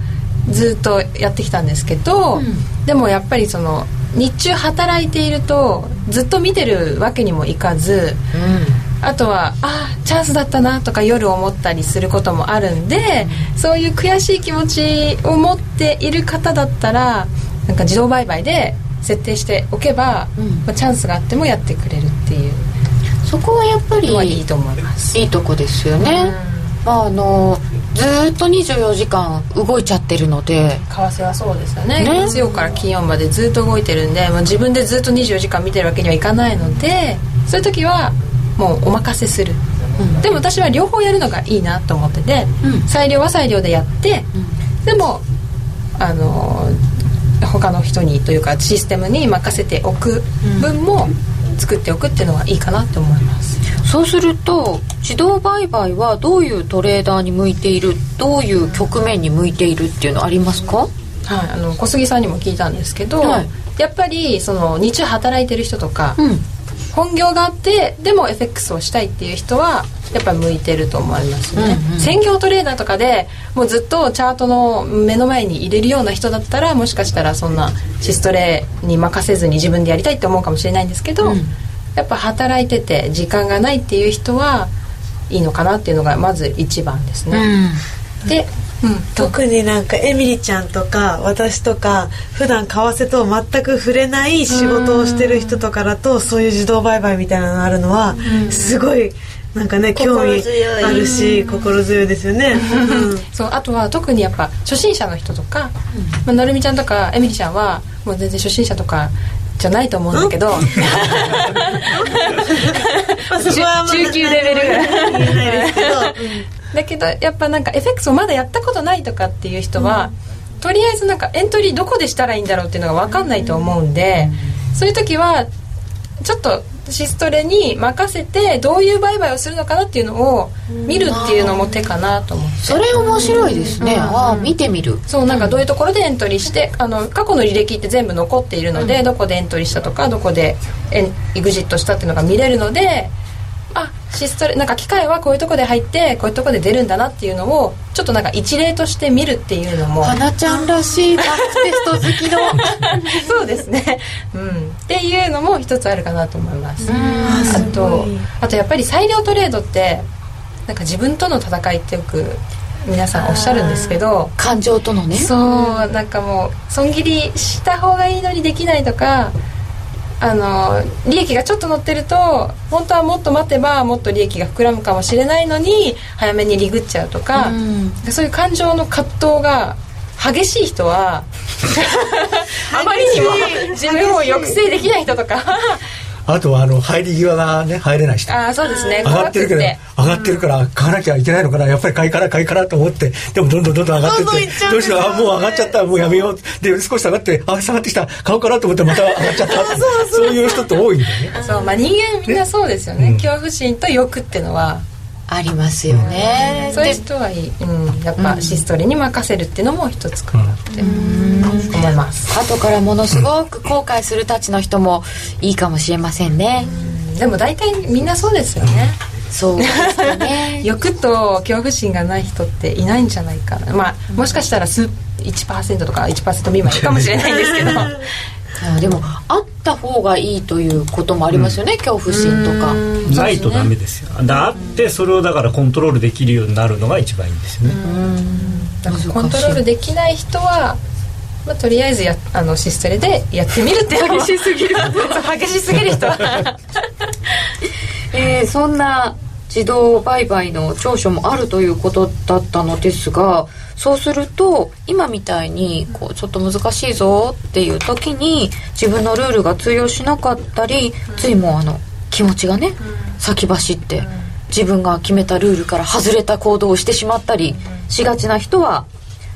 [SPEAKER 4] ずっとやってきたんですけど、でもやっぱりその日中働いているとずっと見てるわけにもいかずあとはあーチャンスだったなとか夜思ったりすることもあるんで、そういう悔しい気持ちを持っている方だったらなんか自動売買で設定しておけば、まあ、チャンスがあってもやってくれるっていう
[SPEAKER 1] そこはやっぱり
[SPEAKER 4] のはいいと思います。
[SPEAKER 1] いいとこですよね、まああのずーっと24時間動いちゃってるので
[SPEAKER 4] 為替はそうですよね
[SPEAKER 1] ね
[SPEAKER 4] 月曜から金曜までずっと動いてるんでもう自分でずっと24時間見てるわけにはいかないのでそういう時はもうお任せする、でも私は両方やるのがいいなと思ってて、
[SPEAKER 1] うん
[SPEAKER 4] 裁量は裁量でやって、でもあの他の人にというかシステムに任せておく分も作っておくっていうのはいいかなと思います、
[SPEAKER 1] そうすると自動売買はどういうトレーダーに向いているどういう局面に向いているっていうのありますか
[SPEAKER 4] はい、あの小杉さんにも聞いたんですけど、
[SPEAKER 1] はい
[SPEAKER 4] やっぱりその日中働いてる人とか、
[SPEAKER 1] うん
[SPEAKER 4] 本業があってでも FX をしたいっていう人はやっぱ向いてると思いますね、専業トレーダーとかでもうずっとチャートの目の前に入れるような人だったらもしかしたらそんなシストレに任せずに自分でやりたいって思うかもしれないんですけど、やっぱ働いてて時間がないっていう人はいいのかなっていうのがまず一番です
[SPEAKER 1] う
[SPEAKER 4] ね、
[SPEAKER 1] ん
[SPEAKER 4] で、うん、
[SPEAKER 5] 特になんかエミリちゃんとか私とか普段為替と全く触れない仕事をしてる人とかだとそういう自動売買みたいなのあるのはすごいなんかね興味
[SPEAKER 6] 心強い
[SPEAKER 5] あるし心強いですよね、
[SPEAKER 4] そうあとは特にやっぱ初心者の人とか、まあ、なるみちゃんとかえみりちゃんはもう全然初心者とかじゃないと思うんだけど
[SPEAKER 5] まあそこはあんま
[SPEAKER 4] 中級レベルぐらい
[SPEAKER 5] 言えないですけど、
[SPEAKER 4] だけどやっぱなんか FX をまだやったことないとかっていう人は、とりあえずなんかエントリーどこでしたらいいんだろうっていうのが分かんないと思うんで、そういう時はちょっとシストレに任せてどういう売買をするのかなっていうのを見るっていうのも手かなと思って。
[SPEAKER 1] それ面白いですね、ああ見てみる
[SPEAKER 4] そうなんかどういうところでエントリーしてあの過去の履歴って全部残っているので、どこでエントリーしたとかどこでエンエグジットしたっていうのが見れるのであシストレなんか機械はこういうとこで入ってこういうとこで出るんだなっていうのをちょっとなんか一例として見るっていうのも
[SPEAKER 1] 花ちゃんらしいバックテスト好きの
[SPEAKER 4] そうですね、 うん、っていうのも一つあるかなと思いますあとあとやっぱり裁量トレードってなんか自分との戦いってよく皆さんおっしゃるんですけど
[SPEAKER 1] 感情とのね
[SPEAKER 4] そうなんかもう損切りした方がいいのにできないとかあの利益がちょっと乗ってると本当はもっと待てばもっと利益が膨らむかもしれないのに早めにリグっちゃうとか、
[SPEAKER 1] うん
[SPEAKER 4] そういう感情の葛藤が激しい人 はあまりにも自分を抑制できない人とか
[SPEAKER 3] あとはあの入り際がね入れない人
[SPEAKER 4] ああそうですね
[SPEAKER 3] 上がってるけど上
[SPEAKER 4] 怖く
[SPEAKER 3] がってるから買わなきゃいけないのかなやっぱり買いから買いからと思ってでもどんどんどんどん上がってって
[SPEAKER 5] どんどん行っちゃう
[SPEAKER 3] ど
[SPEAKER 5] んで
[SPEAKER 3] う
[SPEAKER 5] す
[SPEAKER 3] し
[SPEAKER 5] よ
[SPEAKER 3] よう
[SPEAKER 5] ね
[SPEAKER 3] あもう上がっちゃったもうやめようで少し下がってあ下がってきた買おうかなと思ってまた上がっちゃったってそういう人って多いんだよね
[SPEAKER 4] そうまあ人間みんなそうですよね、
[SPEAKER 3] うん
[SPEAKER 4] 恐怖心と欲ってのは
[SPEAKER 1] ありますよね
[SPEAKER 4] そういう人はいい、うん、やっぱシストリに任せるっていうのも一つかなって思います、
[SPEAKER 1] 後からものすごく後悔するたちの人もいいかもしれませんね、
[SPEAKER 4] でも大体みんなそうですよね
[SPEAKER 1] そうですよね
[SPEAKER 4] 欲と恐怖心がない人っていないんじゃないかなまあもしかしたら数1%とか1%未満かもしれないんですけど
[SPEAKER 1] でもあった方がいいということもありますよね、恐怖心とか
[SPEAKER 2] ないとダメですよだあってそれをだからコントロールできるようになるのが一番いいんですよね、
[SPEAKER 4] だからコントロールできない人は、まあ、とりあえずやあのシストレでやってみるっていう のは激しすぎる激しすぎる人は
[SPEAKER 1] えーそんな自動売買の長所もあるということだったのですがそうすると今みたいにこうちょっと難しいぞっていう時に自分のルールが通用しなかったりついもうあの気持ちがね先走って自分が決めたルールから外れた行動をしてしまったりしがちな人は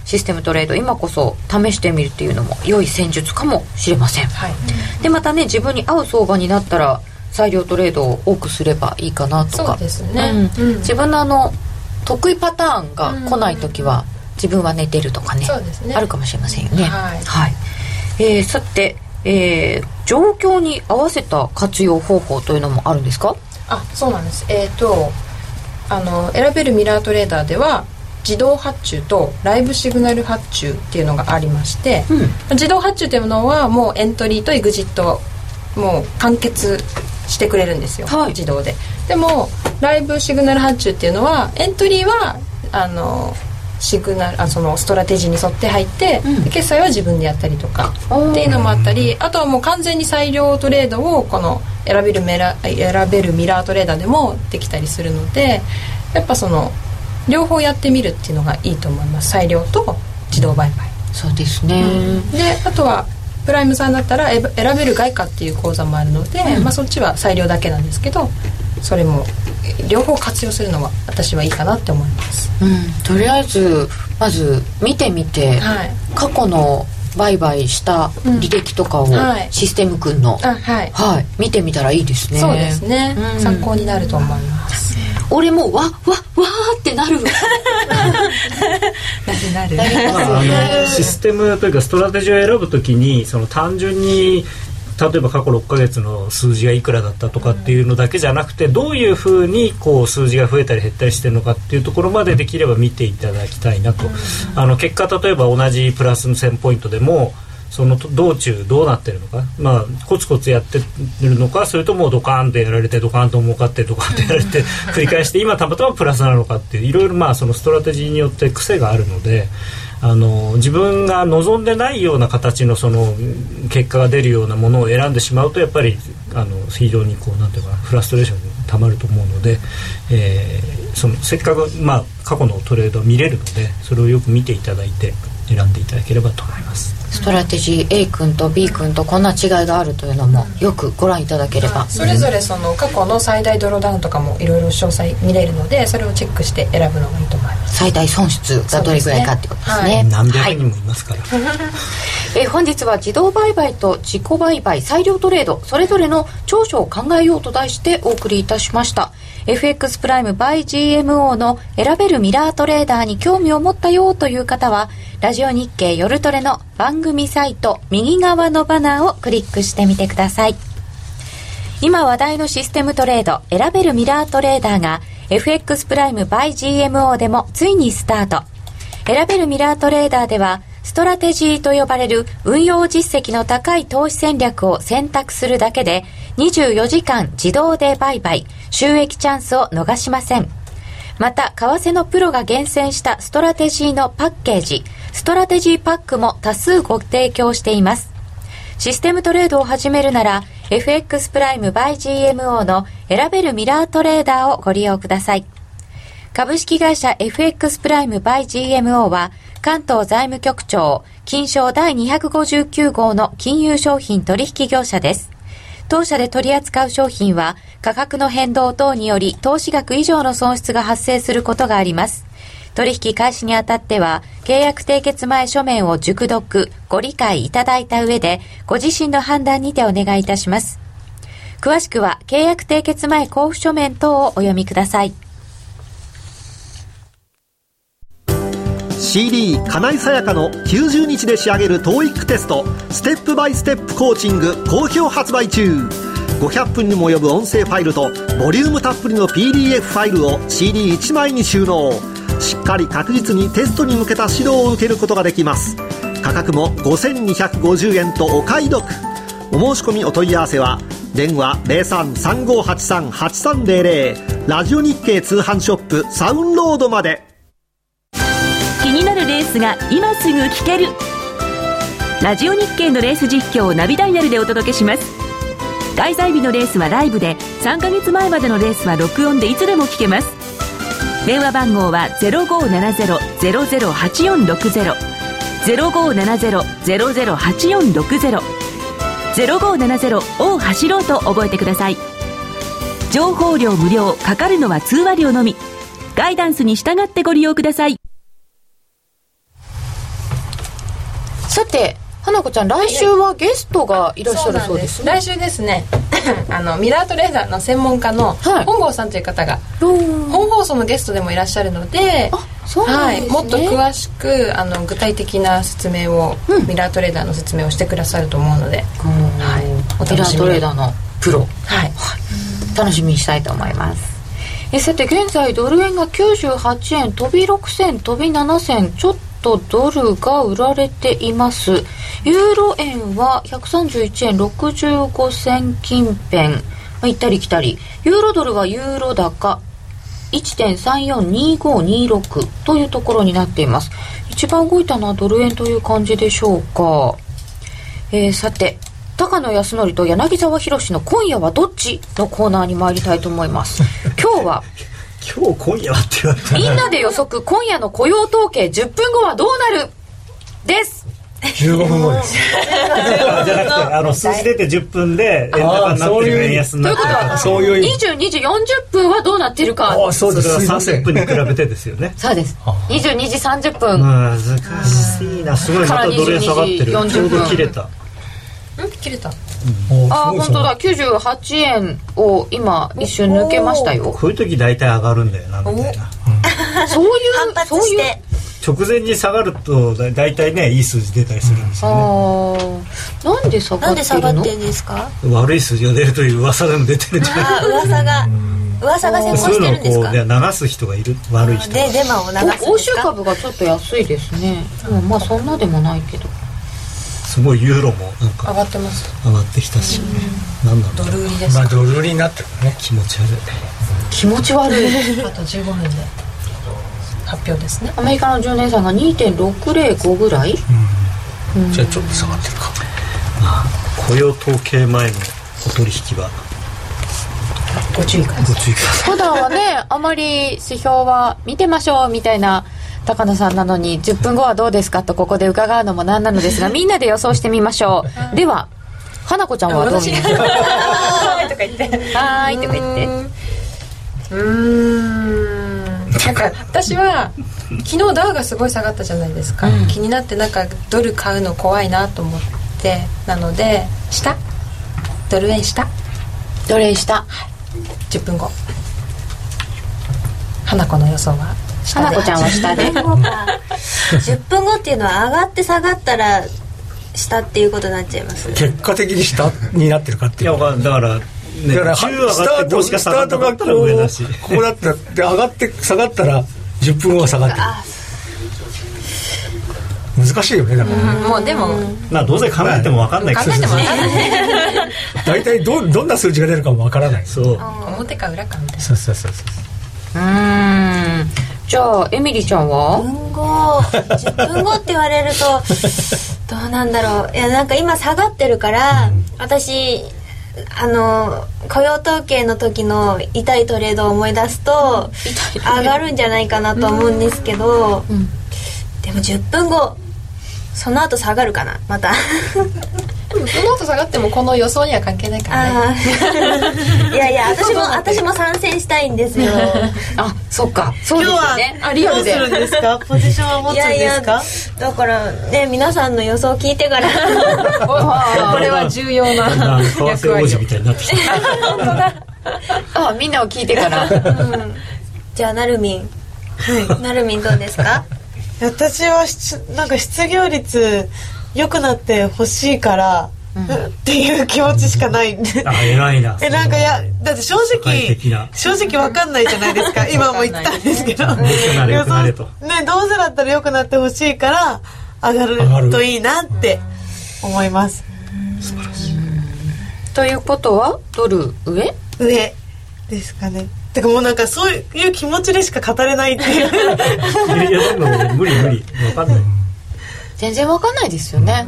[SPEAKER 1] システムトレード今こそ試してみるっていうのも良い戦術かもしれません。
[SPEAKER 4] はい
[SPEAKER 1] でまたね自分に合う相場になったら裁量トレードを多くすればいいかなと
[SPEAKER 4] そ
[SPEAKER 1] か
[SPEAKER 4] うですね、
[SPEAKER 1] うん
[SPEAKER 4] うん
[SPEAKER 1] 自分のあの得意パターンが来ない時は、自分は寝てるとかね
[SPEAKER 4] そうですね
[SPEAKER 1] あるかもしれませんよね
[SPEAKER 4] はい
[SPEAKER 1] えーさて、えー状況に合わせた活用方法というのもあるんですか
[SPEAKER 4] あそうなんですえっ、とあの選べるミラートレーダーでは自動発注とライブシグナル発注っていうのがありまして、自動発注っていうのはもうエントリーとエグジットもう完結してくれるんですよ、
[SPEAKER 1] はい
[SPEAKER 4] 自動ででもライブシグナル発注っていうのはエントリーはあのシグナルあそのストラテジーに沿って入って、
[SPEAKER 1] うん
[SPEAKER 4] で決済は自分でやったりとか
[SPEAKER 1] おー
[SPEAKER 4] っていうのもあったりあとはもう完全に裁量トレードをこの選べるメラ選べるミラートレーダーでもできたりするのでやっぱその両方やってみるっていうのがいいと思います裁量と自動売買
[SPEAKER 1] そうですね、
[SPEAKER 4] であとはプライムさんだったらえ選べる外貨っていう口座もあるので、まあ、そっちは裁量だけなんですけどそれもえ両方活用するのは私はいいかなって思います
[SPEAKER 1] うん、とりあえずまず見てみて、
[SPEAKER 4] はい
[SPEAKER 1] 過去の売買した履歴とかを
[SPEAKER 4] んはい
[SPEAKER 1] システム君の、
[SPEAKER 4] あはい、
[SPEAKER 1] はい、見てみたらいいですね
[SPEAKER 4] そうですね、
[SPEAKER 1] うん
[SPEAKER 4] 参考になると思います
[SPEAKER 1] 俺もうわわわーってなる
[SPEAKER 4] なるなる
[SPEAKER 2] まあ、あのシステムというかストラテジーを選ぶときにその単純に例えば過去6ヶ月の数字がいくらだったとかっていうのだけじゃなくてどういうふうにこう数字が増えたり減ったりしてるのかっていうところまでできれば見ていただきたいなと、あの結果例えば同じプラスの1000ポイントでもその道中どうなってるのか、まあ、コツコツやってるのかそれともドカーンとやられてドカーンと儲かってドカーンとやられて繰り返して今たまたまプラスなのかっていういろいろまあそのストラテジーによって癖があるのであの自分が望んでないような形のその結果が出るようなものを選んでしまうとやっぱりあの非常にこうなんていうかなフラストレーションがたまると思うので、えーそのせっかく、まあ、過去のトレードは見れるのでそれをよく見ていただいて選んでいただければと思います。
[SPEAKER 1] ストラテジー A 君と B 君とこんな違いがあるというのもよくご覧いただければ、
[SPEAKER 4] それぞれその過去の最大ドローダウンとかもいろいろ詳細見れるのでそれをチェックして選ぶのがいいと思います
[SPEAKER 1] 最大損失がどれぐらいかってことですね
[SPEAKER 2] 何
[SPEAKER 1] は
[SPEAKER 2] 百
[SPEAKER 1] い
[SPEAKER 2] 人もいますから、
[SPEAKER 1] えー本日は自動売買と自己売買裁量トレードそれぞれの長所を考えようと題してお送りいたしました FX プライム by GMO の選べるミラートレーダーに興味を持ったよという方はラジオ日経夜トレの番組サイト右側のバナーをクリックしてみてください今話題のシステムトレード選べるミラートレーダーが FX プライム by GMO でもついにスタート選べるミラートレーダーではストラテジーと呼ばれる運用実績の高い投資戦略を選択するだけで24時間自動で売買収益チャンスを逃しませんまた為替のプロが厳選したストラテジーのパッケージストラテジーパックも多数ご提供していますシステムトレードを始めるなら FX プライム by GMO の選べるミラートレーダーをご利用ください株式会社 FX プライム by GMO は関東財務局長金賞第259号の金融商品取引業者です当社で取り扱う商品は価格の変動等により投資額以上の損失が発生することがあります取引開始にあたっては、契約締結前書面を熟読、ご理解いただいた上で、ご自身の判断にてお願いいたします。詳しくは、契約締結前交付書面等をお読みください。
[SPEAKER 7] CD 金井さやかの90日で仕上げる TOEIC テストステップバイステップコーチング好評発売中500分にも及ぶ音声ファイルとボリュームたっぷりの PDF ファイルを CD1 枚に収納しっかり確実にテストに向けた指導を受けることができます価格も5250円とお買い得お申し込みお問い合わせは電話0335838300ラジオ日経通販ショップサウンロードまで
[SPEAKER 8] 気になるレースが今すぐ聞けるラジオ日経のレース実況をナビダイヤルでお届けします開催日のレースはライブで3ヶ月前までのレースは録音でいつでも聞けます電話番号は0570-008460 0570-008460 0570を走ろうと覚えてください情報量無料かかるのは通話料のみガイダンスに従ってご利用ください
[SPEAKER 1] さて、花子ちゃん、来週はゲストがいらっしゃるそうですね。
[SPEAKER 4] 来週ですね あのミラートレーダーの専門家の
[SPEAKER 1] はい
[SPEAKER 4] 本郷さんという方が、本放送のゲストでもいらっしゃるので
[SPEAKER 1] あそうなん
[SPEAKER 4] は
[SPEAKER 1] です
[SPEAKER 4] い、
[SPEAKER 1] ね
[SPEAKER 4] もっと詳しくあの具体的な説明を、ミラートレーダーの説明をしてくださると思うので、はい、お
[SPEAKER 1] テ
[SPEAKER 4] 楽
[SPEAKER 1] ラ
[SPEAKER 4] し
[SPEAKER 1] ー
[SPEAKER 4] み
[SPEAKER 1] トレー
[SPEAKER 4] に、は
[SPEAKER 1] ダーのプロ。
[SPEAKER 4] い、
[SPEAKER 1] 楽しみにしたいと思いますえさて現在ドル円が98円飛び6銭飛び7銭ちょっとドルが売られていますユーロ円は131円65銭近辺まあ行ったり来たりユーロドルはユーロ高1.342526というところになっています一番動いたのはドル円という感じでしょうかえーさて高野康則 と柳沢博の「今夜はどっち?」のコーナーに参りたいと思います今日は
[SPEAKER 2] 今日今夜はって言われた
[SPEAKER 1] みんなで予測今夜の雇用統計10分後はどうなるです
[SPEAKER 3] 15分後です
[SPEAKER 2] らじゃなくてあの数字出て10分で円高になってる円安に
[SPEAKER 1] という
[SPEAKER 2] なって
[SPEAKER 1] こと
[SPEAKER 2] る
[SPEAKER 1] は
[SPEAKER 3] そういう意味
[SPEAKER 1] 22時40分はどうなってるか
[SPEAKER 3] ああそうですすい
[SPEAKER 2] そ
[SPEAKER 3] ま
[SPEAKER 2] れ
[SPEAKER 3] せ
[SPEAKER 2] は
[SPEAKER 3] ん
[SPEAKER 2] 30分に比べてですよね
[SPEAKER 1] そうです22時30分、
[SPEAKER 2] 難しいなすごいまたドル円下がってる
[SPEAKER 1] から22
[SPEAKER 2] ちょうど切れた
[SPEAKER 4] ん切れた
[SPEAKER 1] ああ
[SPEAKER 3] おーすご
[SPEAKER 1] 本当
[SPEAKER 3] い
[SPEAKER 1] だ98円を今一瞬抜けましたよ
[SPEAKER 2] こういう時大体上がるんだよなみたいな
[SPEAKER 1] そういう
[SPEAKER 6] 反発
[SPEAKER 1] そう
[SPEAKER 6] し
[SPEAKER 1] いう
[SPEAKER 6] て
[SPEAKER 2] 直前に下がるとだ大体ねいい数字出たりするんですよ
[SPEAKER 1] ああなんで下が
[SPEAKER 6] な
[SPEAKER 1] っ
[SPEAKER 6] ん
[SPEAKER 1] て
[SPEAKER 6] で下が
[SPEAKER 1] る
[SPEAKER 6] っ
[SPEAKER 1] の
[SPEAKER 6] てんですか
[SPEAKER 2] ね悪い数字が出るという噂でも出てるんじゃ
[SPEAKER 6] あー噂が噂が
[SPEAKER 2] ない
[SPEAKER 6] 先行
[SPEAKER 2] そう
[SPEAKER 6] してるん
[SPEAKER 2] い
[SPEAKER 6] で
[SPEAKER 2] う
[SPEAKER 6] す
[SPEAKER 2] のをこ
[SPEAKER 6] か
[SPEAKER 2] うね流す人がいる悪い人
[SPEAKER 6] でデマを流すんですか
[SPEAKER 1] お欧州株がちょっと安いですね、うん、まあそんなでもないけど
[SPEAKER 2] すごいユーロもなん
[SPEAKER 4] 上
[SPEAKER 2] か
[SPEAKER 4] がってます
[SPEAKER 2] 上がってきたしなんだ
[SPEAKER 4] ド
[SPEAKER 2] ろう
[SPEAKER 4] ル売りです、
[SPEAKER 3] まあドル売りになってるからね
[SPEAKER 2] 気持ち悪い
[SPEAKER 1] 気持ち悪い
[SPEAKER 4] あと15分で発表ですね
[SPEAKER 1] アメリカの10年債が2.605ぐらい
[SPEAKER 3] じゃあちょっと下がってるか
[SPEAKER 2] 雇用統計前のお取引は
[SPEAKER 4] ご注意くださ
[SPEAKER 2] ご
[SPEAKER 4] い
[SPEAKER 2] 注意ください
[SPEAKER 1] 普段は ねあまり指標は見てましょうみたいな高野さんなのに10分後はどうですかとここで伺うのもなんなのですがみんなで予想してみましょうでは花子ちゃんはどう見ますか
[SPEAKER 6] はいとか言って
[SPEAKER 1] はーいとか言って
[SPEAKER 4] うーんなんか私は昨日ダウがすごい下がったじゃないですか、気になってなんかドル買うの怖いなと思ってなので下ドル円下
[SPEAKER 1] 奴隷した
[SPEAKER 4] 10分後花子の予想は下で
[SPEAKER 1] 花子ちゃんは下で
[SPEAKER 6] 10分後っていうのは上がって下がったら下っていうことになっちゃいます
[SPEAKER 3] 結果的に下になってるかって
[SPEAKER 2] い
[SPEAKER 3] いう
[SPEAKER 2] やわかんだからね
[SPEAKER 3] だから
[SPEAKER 2] 中上
[SPEAKER 3] ス
[SPEAKER 2] がっ
[SPEAKER 3] ター
[SPEAKER 2] てど
[SPEAKER 3] ト
[SPEAKER 2] うしか
[SPEAKER 3] スタ
[SPEAKER 2] 下が
[SPEAKER 3] ー
[SPEAKER 2] った
[SPEAKER 3] ト
[SPEAKER 2] か
[SPEAKER 3] が
[SPEAKER 2] っ
[SPEAKER 3] こ
[SPEAKER 2] たら上だし
[SPEAKER 3] うここだったで上がって下がったら10分後は下がってる難しいよねだからね
[SPEAKER 4] もうでも
[SPEAKER 2] まあどうせ考えてもわかんない
[SPEAKER 4] 考
[SPEAKER 2] けど
[SPEAKER 4] えてもわかんない
[SPEAKER 3] 大体どどんな数字が出るかもわからないそう
[SPEAKER 2] そう
[SPEAKER 4] 表か裏かみたい
[SPEAKER 3] そうそうそうそう
[SPEAKER 1] うーんじゃあエミリーちゃんは
[SPEAKER 6] 分後10分後って言われるとどうなんだろういやなんか今下がってるから私あの雇用統計の時の痛いトレードを思い出すと上がるんじゃないかなと思うんですけど、でも10分後その後下がるかな また
[SPEAKER 4] なでもその後下がってもこの予想には関係ないからね
[SPEAKER 6] ああいやいや私も私も参戦したいんですよ
[SPEAKER 1] あそっかそうで
[SPEAKER 5] 今
[SPEAKER 1] す
[SPEAKER 5] 日
[SPEAKER 1] よ
[SPEAKER 5] は
[SPEAKER 1] ねあリアルで
[SPEAKER 5] どうするんですかポジションを持つん
[SPEAKER 6] い
[SPEAKER 5] です
[SPEAKER 6] や
[SPEAKER 5] か
[SPEAKER 6] いやだからね皆さんの予想を聞いてから
[SPEAKER 4] これは重要
[SPEAKER 2] だんだ
[SPEAKER 4] なん
[SPEAKER 2] 為替
[SPEAKER 4] 役
[SPEAKER 2] 王
[SPEAKER 4] 割
[SPEAKER 2] 子
[SPEAKER 4] を
[SPEAKER 2] みたいになってきた
[SPEAKER 1] あみんなを聞いて から
[SPEAKER 6] じゃあなるみん なるみんどうですか
[SPEAKER 5] 私はしなんか失業率良くなってほしいから、っていう気持ちしかないんで
[SPEAKER 2] あ偉いな
[SPEAKER 5] えなんかやだって正
[SPEAKER 2] 社会
[SPEAKER 5] 直
[SPEAKER 2] 的な
[SPEAKER 5] 正直わかんないじゃないです か今も言ったんですけど
[SPEAKER 2] んない良くなれ
[SPEAKER 5] 予
[SPEAKER 2] 良くなれ
[SPEAKER 5] 想
[SPEAKER 2] と
[SPEAKER 5] ねどうせだったら良くなってほしいから上が
[SPEAKER 3] 上が
[SPEAKER 5] る
[SPEAKER 3] る
[SPEAKER 5] といいなって思います
[SPEAKER 1] ということはドル上
[SPEAKER 5] 上ですかねてかもうなんかそういう気持ちでしか語れないっていう
[SPEAKER 2] い やでも無理無理わかんない
[SPEAKER 1] 全然わかんないですよね、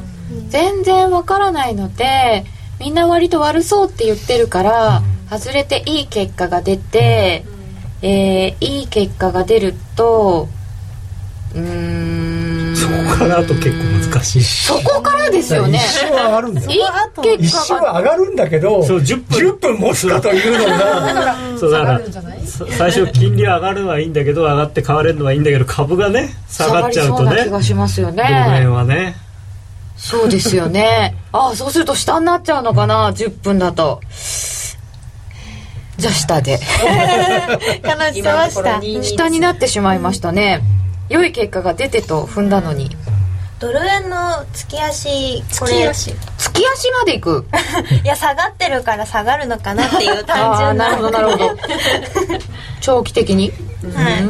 [SPEAKER 1] 全然わからないのでみんな割と悪そうって言ってるから、外れていい結果が出て、えーいい結果が出るとうーん
[SPEAKER 2] そこからあと結構難しいし
[SPEAKER 1] そこからですよね
[SPEAKER 3] 一瞬は上がるんだよ
[SPEAKER 1] いい
[SPEAKER 3] 一
[SPEAKER 1] 結
[SPEAKER 3] 瞬
[SPEAKER 1] 果が
[SPEAKER 3] は上がるんだけど
[SPEAKER 2] そう10
[SPEAKER 3] 10
[SPEAKER 2] 分
[SPEAKER 3] 分持つかというのが
[SPEAKER 2] そうだから
[SPEAKER 4] るんじゃない
[SPEAKER 2] さ最初金利上がるのはいいんだけど上がって買われるのはいいんだけど株がね下がっちゃうと
[SPEAKER 1] 下がりそうな
[SPEAKER 2] ね
[SPEAKER 1] 気がしますよ
[SPEAKER 2] 同 円
[SPEAKER 1] ね
[SPEAKER 2] はね
[SPEAKER 1] そうですよねああそうすると下になっちゃうのかな10分だとじゃあ下で
[SPEAKER 5] 悲しさはした
[SPEAKER 1] 下になってしまいましたね良い結果が出てと踏んだのに
[SPEAKER 6] ドル円の月足これ
[SPEAKER 4] 月足
[SPEAKER 1] 月足まで行く
[SPEAKER 6] いや下がってるから下がるのかなっていう単
[SPEAKER 1] ああー
[SPEAKER 6] 純
[SPEAKER 1] な
[SPEAKER 6] な
[SPEAKER 1] るほどなるほ ど長期的に
[SPEAKER 6] はい、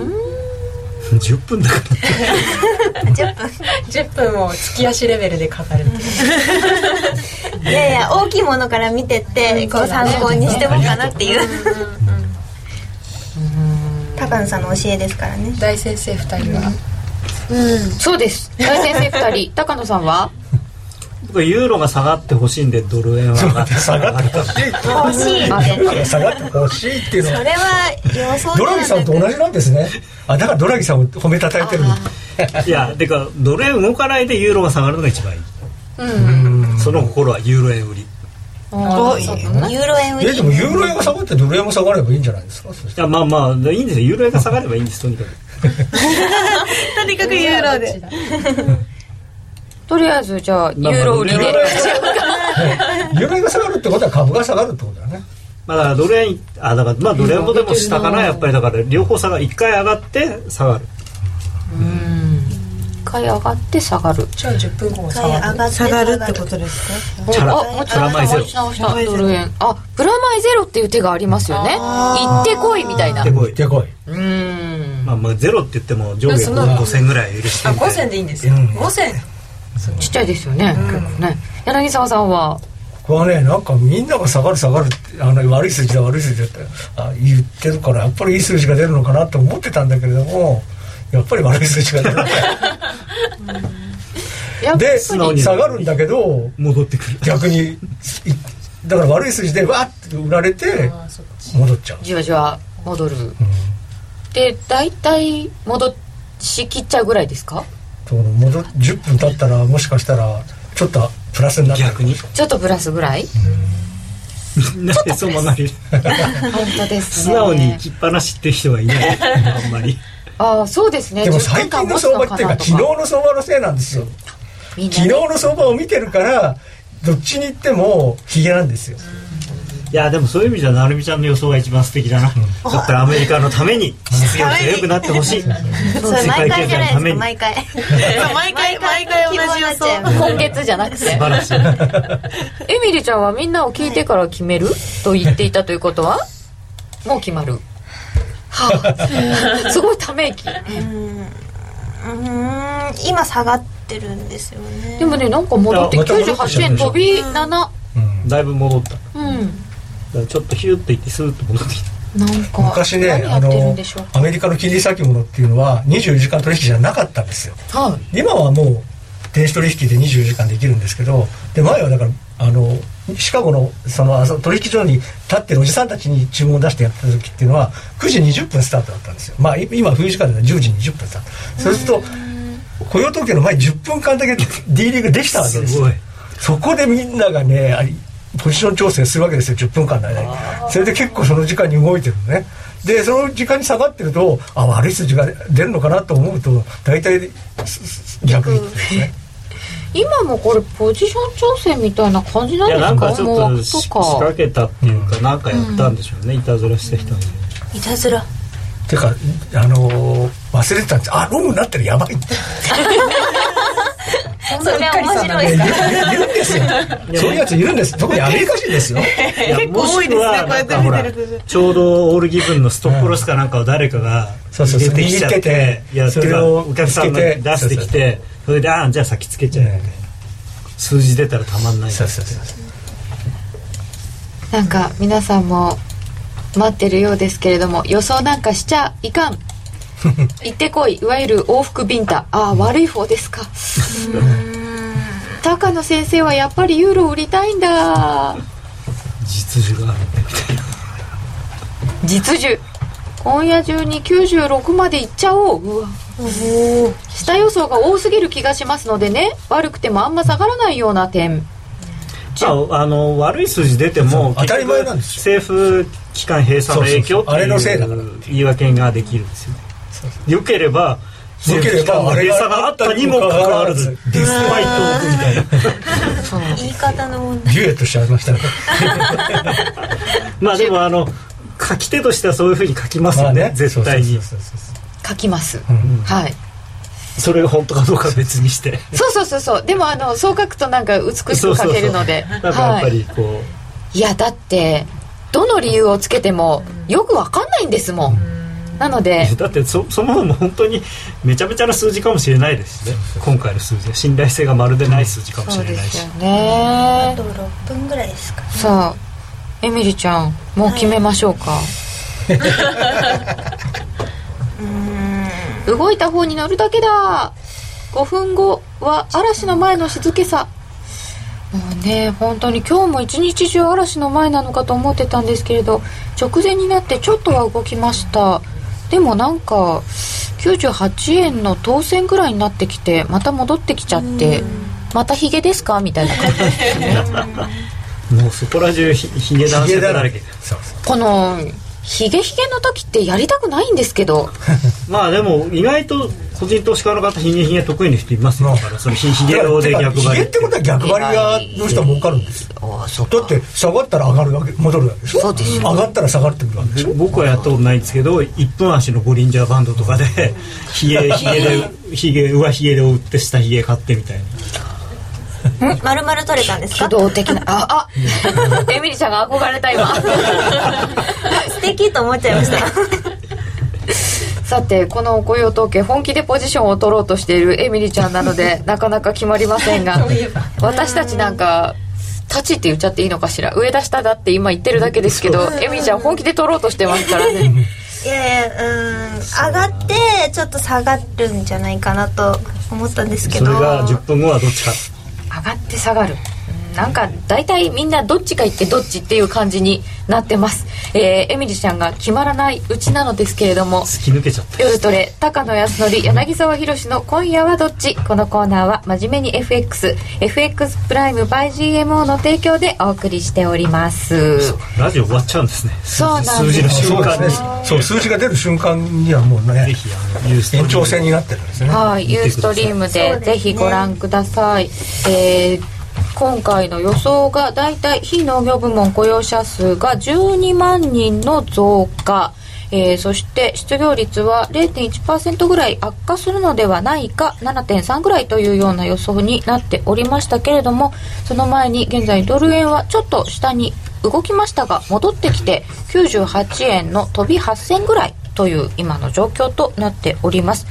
[SPEAKER 2] 10分だから
[SPEAKER 4] 10分を月足レベルで語るっていう
[SPEAKER 6] いやいや大きいものから見てってこう参考にしてもかなっていう 高野さんの教えですからね
[SPEAKER 4] 大先生2人は
[SPEAKER 1] そうです大先生2人高野さんは
[SPEAKER 2] 僕はユーロが下がってほしいんでドル円は上がって
[SPEAKER 3] 下がってほしいって
[SPEAKER 6] 欲しいって
[SPEAKER 3] いう下がってほしいっていうの
[SPEAKER 6] そ
[SPEAKER 3] は
[SPEAKER 6] れは予想
[SPEAKER 3] ドラギさんと同じなんですねあだからドラギさんを褒めたたえてる
[SPEAKER 2] いやてかドル円動かないでユーロが下がるのが一番いい、その心はユーロ円売りい
[SPEAKER 5] おい
[SPEAKER 6] ユーロ円売
[SPEAKER 3] え
[SPEAKER 6] り
[SPEAKER 3] でもユーロ円が下がってドル円も下がればいいんじゃないですかそして
[SPEAKER 2] やまあまあいいんですよユーロ円が下がればいいんですとにかく
[SPEAKER 5] とにかくユーロで
[SPEAKER 1] とりあえずじゃあユーロ売り
[SPEAKER 2] ま
[SPEAKER 1] で
[SPEAKER 2] あ
[SPEAKER 3] ユーロ円が下がるってことは株が下がるってことだね
[SPEAKER 2] まあだからドル円あだからまあドル円もでも下かなやっぱりだから両方下が一回上がって下がる
[SPEAKER 1] 一回上がって下がる
[SPEAKER 4] じゃあ10分後
[SPEAKER 6] 一回上がって
[SPEAKER 5] 下がるってことですか
[SPEAKER 2] チャラ
[SPEAKER 1] あ
[SPEAKER 2] チャラマイゼロ
[SPEAKER 1] 直し直したドル円あプラマイゼロっていう手がありますよね行ってこいみたいな
[SPEAKER 2] で
[SPEAKER 1] う
[SPEAKER 2] こい
[SPEAKER 3] でこい
[SPEAKER 1] ーん
[SPEAKER 2] まあまあゼロって言っても上下
[SPEAKER 4] その
[SPEAKER 2] 5000ぐらい許して
[SPEAKER 4] あ
[SPEAKER 2] みたい
[SPEAKER 4] 5
[SPEAKER 2] な
[SPEAKER 4] 銭でいいんですよ5銭
[SPEAKER 1] ちっちゃいですよね結構ね柳沢さんは
[SPEAKER 3] これはねなんかみんなが下がる下がるってあの悪い数字だ悪い数字だってあ言ってるからやっぱりいい数字が出るのかなと思ってたんだけれどもやっぱり悪い数字が出る
[SPEAKER 1] やっぱ
[SPEAKER 3] で
[SPEAKER 2] 直に
[SPEAKER 3] 下がるんだけど
[SPEAKER 2] 戻ってくる
[SPEAKER 3] 逆にいだから悪い数字でわーって売られて戻っちゃう
[SPEAKER 1] じわじわ戻る、で大体戻しきっちゃうぐらいですか
[SPEAKER 3] と戻っ10分経ったらもしかしたらちょっとプラスになってる
[SPEAKER 2] 逆に
[SPEAKER 1] ちょっとプラスぐらい、
[SPEAKER 2] なんでそうなる
[SPEAKER 1] 本当です
[SPEAKER 2] 素
[SPEAKER 1] ね
[SPEAKER 2] 直に行きっぱなしって人はいないあんまり
[SPEAKER 1] ああそうですね
[SPEAKER 3] で
[SPEAKER 1] 10
[SPEAKER 3] も最
[SPEAKER 1] 分間
[SPEAKER 3] 近の
[SPEAKER 1] 持つ
[SPEAKER 3] 相場
[SPEAKER 1] か
[SPEAKER 3] っていうか
[SPEAKER 1] なと
[SPEAKER 3] 昨日の相場のせいなんですよ
[SPEAKER 1] みんな
[SPEAKER 3] 昨
[SPEAKER 1] ね
[SPEAKER 3] 日の相場を見てるからどっちに行ってもヒゲなんですよ
[SPEAKER 2] いやでもそういう意味じゃなるみちゃんの予想が一番素敵だな、だったらアメリカのために実現が良くなってほしい
[SPEAKER 6] それ
[SPEAKER 2] 世
[SPEAKER 6] 毎
[SPEAKER 2] 界経
[SPEAKER 6] 回じゃ
[SPEAKER 2] 済の
[SPEAKER 6] な
[SPEAKER 2] た
[SPEAKER 6] いです
[SPEAKER 2] め
[SPEAKER 6] か
[SPEAKER 2] に
[SPEAKER 6] 毎回
[SPEAKER 5] 毎回毎回 同じ予想
[SPEAKER 1] 今月じゃなくて
[SPEAKER 2] 素晴らしい
[SPEAKER 1] エミリちゃんはみんなを聞いてから決める、と言っていたということはもう決まるはあ、すごいため息
[SPEAKER 6] うーん今下がってるんですよね
[SPEAKER 1] でもねなんか戻って
[SPEAKER 3] いやまた戻ってき
[SPEAKER 1] 98
[SPEAKER 3] ちゃう
[SPEAKER 1] 円
[SPEAKER 3] でしょ
[SPEAKER 1] 飛び7
[SPEAKER 2] だいぶ戻っただか
[SPEAKER 1] うん
[SPEAKER 2] らちょっとヒューっていってスーッと戻ってき
[SPEAKER 1] な
[SPEAKER 2] た
[SPEAKER 1] んか
[SPEAKER 3] 昔ね
[SPEAKER 1] 何や
[SPEAKER 3] あ
[SPEAKER 1] ってるん
[SPEAKER 3] の
[SPEAKER 1] でしょう
[SPEAKER 3] アメリカの金利先物っていうのは24時間取引じゃなかったんですよ
[SPEAKER 1] はい
[SPEAKER 3] 今はもう電子取引で24時間できるんですけどで前はだからあのシカゴのそのあそ取引所に立ってるおじさんたちに注文を出してやってた時っていうのは9時20分スタートだったんですよまあい今冬時間では10時20分スタートそうすると雇用統計の前10分間だけ D リーグできたわけです
[SPEAKER 2] す
[SPEAKER 3] よ
[SPEAKER 2] ごい
[SPEAKER 3] そこでみんながねありポジション調整するわけですよ10分間の間にそれで結構その時間に動いてるのねでその時間に下がってるとあ悪い数字が出るのかなと思うと大体すす逆にですね
[SPEAKER 1] 今もこれポジション調整みたいな感じなん
[SPEAKER 2] い
[SPEAKER 1] で
[SPEAKER 2] や
[SPEAKER 1] す
[SPEAKER 2] なん
[SPEAKER 1] か
[SPEAKER 2] かちょっ
[SPEAKER 1] 思
[SPEAKER 2] と
[SPEAKER 1] 惑
[SPEAKER 2] し仕
[SPEAKER 1] とか
[SPEAKER 2] 掛けたっていうかなんかやったんでしょうねいたずらした人に
[SPEAKER 6] いたずら
[SPEAKER 3] てかあのー忘れてたんですあロングになってるやばいって
[SPEAKER 6] それは面白いです
[SPEAKER 3] 言う言
[SPEAKER 6] か
[SPEAKER 3] うんですよそう いうやついるんです特にアメリカ人です よ
[SPEAKER 2] いや
[SPEAKER 5] 結構多
[SPEAKER 2] も
[SPEAKER 5] いですね
[SPEAKER 2] しくは
[SPEAKER 5] こうや
[SPEAKER 2] な
[SPEAKER 5] って
[SPEAKER 2] んかほら
[SPEAKER 5] 見てると
[SPEAKER 2] ちょうどオールギブンのストップロスかなんかを誰かが
[SPEAKER 3] そうそう
[SPEAKER 2] 入
[SPEAKER 3] そう
[SPEAKER 2] れてきちゃって
[SPEAKER 3] 握ってて
[SPEAKER 2] いや
[SPEAKER 3] そ
[SPEAKER 2] そ
[SPEAKER 3] れ
[SPEAKER 2] れ
[SPEAKER 3] を
[SPEAKER 2] をお客さんが
[SPEAKER 3] つけ
[SPEAKER 2] 出
[SPEAKER 3] て
[SPEAKER 2] してきてそれでああじゃあ先つけちゃえみたいな数字出たらたまんない
[SPEAKER 3] そうそうそう
[SPEAKER 1] なんか皆さんも待ってるようですけれども予想なんかしちゃいか ん行ってこいいわゆる往復ビンタああ悪い方ですか高野先生はやっぱりユーロ売りたいんだ
[SPEAKER 2] 実需があるんだみたいな
[SPEAKER 1] 実需今夜中に96まで行っちゃおううわ下予想が多すぎる気がしますのでね悪くてもあんま下がらないような点
[SPEAKER 2] まあ、あの悪い数字出て
[SPEAKER 3] そう
[SPEAKER 2] も
[SPEAKER 3] 当たり前なんです
[SPEAKER 2] 結局政府機関閉鎖の影響
[SPEAKER 3] そうそうそうあれのせいだから
[SPEAKER 2] ってう言い訳ができるんですよね良ければ
[SPEAKER 3] 良け
[SPEAKER 2] 政
[SPEAKER 3] れ
[SPEAKER 2] 府機
[SPEAKER 3] ば
[SPEAKER 2] 関の閉鎖があったにもかかわらず
[SPEAKER 3] あれ
[SPEAKER 2] デスファイトみたいな
[SPEAKER 6] 言い方の問題
[SPEAKER 3] デュエットしちゃいましたね
[SPEAKER 2] まあでもあの書き手としてはそういうふうに書きますよね,、絶対に
[SPEAKER 3] そうそうそうそう
[SPEAKER 1] 書きます、はい
[SPEAKER 2] それが本当かどうかは別にして
[SPEAKER 1] そうそうそうそうでもあのそう書くとなんか美しく
[SPEAKER 2] そ
[SPEAKER 1] 書
[SPEAKER 2] うそうそう
[SPEAKER 1] けるので
[SPEAKER 2] なんかやっぱりこう、
[SPEAKER 1] いやだってどの理由をつけてもよくわかんないんですもんなので
[SPEAKER 2] だってそそもそも本当にめちゃめちゃな数字かもしれないですしね今回の数字は信頼性がまるでない数字かもし
[SPEAKER 1] そう
[SPEAKER 2] れ
[SPEAKER 1] で
[SPEAKER 2] ない
[SPEAKER 1] す
[SPEAKER 2] し
[SPEAKER 1] よね
[SPEAKER 6] あと6分ぐらいですか
[SPEAKER 1] さあエミリちゃんもう決めましょうか、動いた方に乗るだけだ5分後は嵐の前の静けさねえ本当に今日も一日中嵐の前なのかと思ってたんですけれど直前になってちょっとは動きましたでもなんか98円の当選ぐらいになってきてまた戻ってきちゃってまたヒゲですかみたいな感じですね
[SPEAKER 2] もうそこら中ひひげ男性だらけ
[SPEAKER 3] そうそう
[SPEAKER 1] このヒゲヒゲの時ってやりたくないんですけど
[SPEAKER 2] まあでも意外と個人投資家の方ひげひげ得意な人いますよだからそのひひげをで逆張
[SPEAKER 3] ひ
[SPEAKER 2] り
[SPEAKER 3] げってことは逆張りがどうしても儲かるんですよ
[SPEAKER 1] ああそう
[SPEAKER 3] だって下がったら上がるわけ戻るわけでしょ
[SPEAKER 1] そうですよ
[SPEAKER 3] 上がったら下がってくるわけでしょ
[SPEAKER 2] 僕はやったことないんですけど一分足のゴリンジャーバンドとかで ひげひげでひげ上ひげで売って下ひげ買ってみたいな
[SPEAKER 6] 丸々取れたんです
[SPEAKER 1] 主
[SPEAKER 6] か
[SPEAKER 1] 導的なああエミリちゃんが憧れた今
[SPEAKER 6] 素敵と思っちゃいました
[SPEAKER 1] さてこの雇用統計本気でポジションを取ろうとしているエミリちゃんなのでなかなか決まりませんが私たちなんか「立ち」って言っちゃっていいのかしら上だ下だって今言ってるだけですけどエミリちゃん本気で取ろうとしてますからね
[SPEAKER 6] いやいやうん上がってちょっと下がるんじゃないかなと思ったんですけ
[SPEAKER 2] そ
[SPEAKER 6] ど
[SPEAKER 2] れが10分後はどっちか
[SPEAKER 1] 上がって下がるうんなんか大体みんなどっちか言ってどっちっていう感じになってます、えー、エミリちゃんが決まらないうちなのですけれども
[SPEAKER 2] 突き抜けちゃった
[SPEAKER 1] 夜トレ高野康則柳沢博の「今夜はどっち?」このコーナーは真面目に FXFX プライム by GMO の提供でお送りしております
[SPEAKER 2] ラジオ終わっちゃうんですね
[SPEAKER 1] そうなんです
[SPEAKER 2] 数字の瞬
[SPEAKER 3] そうで
[SPEAKER 2] 間
[SPEAKER 3] す
[SPEAKER 2] に
[SPEAKER 3] ねそう数字が出る瞬間にはも
[SPEAKER 2] ぜ
[SPEAKER 3] うね
[SPEAKER 2] ひあのユーストリー
[SPEAKER 3] 延
[SPEAKER 2] ム
[SPEAKER 3] 長戦になってるんですね
[SPEAKER 1] はいユーストリームで
[SPEAKER 6] そうですね
[SPEAKER 1] ぜひご覧ください、えー今回の予想がだいたい非農業部門雇用者数が12万人の増加えーそして失業率は0.1%ぐらい悪化するのではないか7.3ぐらいというような予想になっておりましたけれどもその前に現在ドル円はちょっと下に動きましたが戻ってきて98円の飛び8銭ぐらいという今の状況となっております、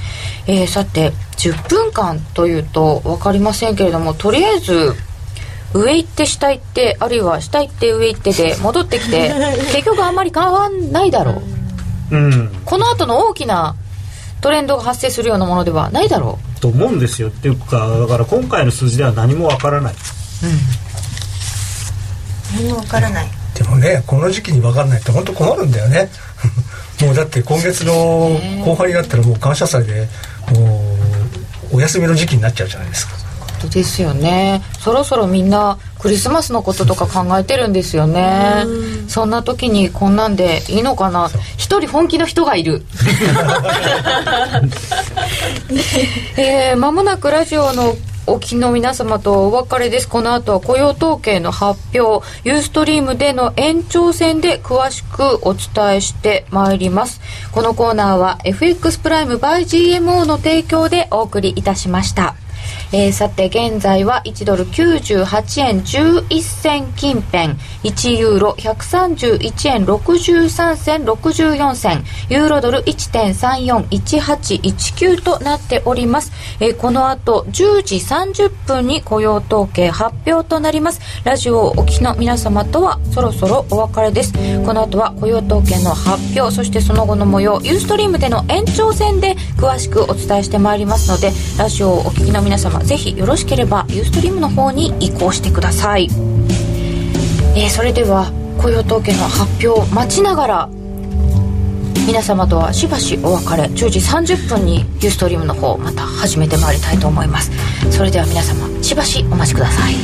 [SPEAKER 1] えーさて10分間というと分かりませんけれどもとりあえず上行って下行ってあるいは下行って上行ってで戻ってきて結局あんまり変わんないだろう
[SPEAKER 2] うん
[SPEAKER 1] この後の大きなトレンドが発生するようなものではないだろ
[SPEAKER 2] と思うんですよっていうかだから今回の数字では何もわからない
[SPEAKER 6] 何もわからない
[SPEAKER 3] でもねこの時期に分かんないって本当困るんだよね もうだって今月の後半になったらもう感謝祭でもうお休みの時期になっちゃうじゃないですか
[SPEAKER 1] う本当ですよねそろそろみんなクリスマスのこととか考えてるんですよねそんな時にこんなんでいいのかな一人本気の人がいるえー、間もなくラジオのお聞きの皆様とお別れです。この後は雇用統計の発表、ユーストリームでの延長戦で詳しくお伝えしてまいります。このコーナーは FX プライム by GMO の提供でお送りいたしました。えーさて現在は1ドル98円11銭近辺1ユーロ131円63銭64銭ユーロドル1.341819となっております、えーこの後10時30分に雇用統計発表となりますラジオをお聞きの皆様とはそろそろお別れですこの後は雇用統計の発表そしてその後の模様ユーストリームでの延長戦で詳しくお伝えしてまいりますのでラジオをお聞きの皆様ぜひよろしければユーストリームの方に移行してください、えーそれでは雇用統計の発表を待ちながら皆様とはしばしお別れ10時30分にユーストリームの方をまた始めてまいりたいと思いますそれでは皆様しばしお待ちください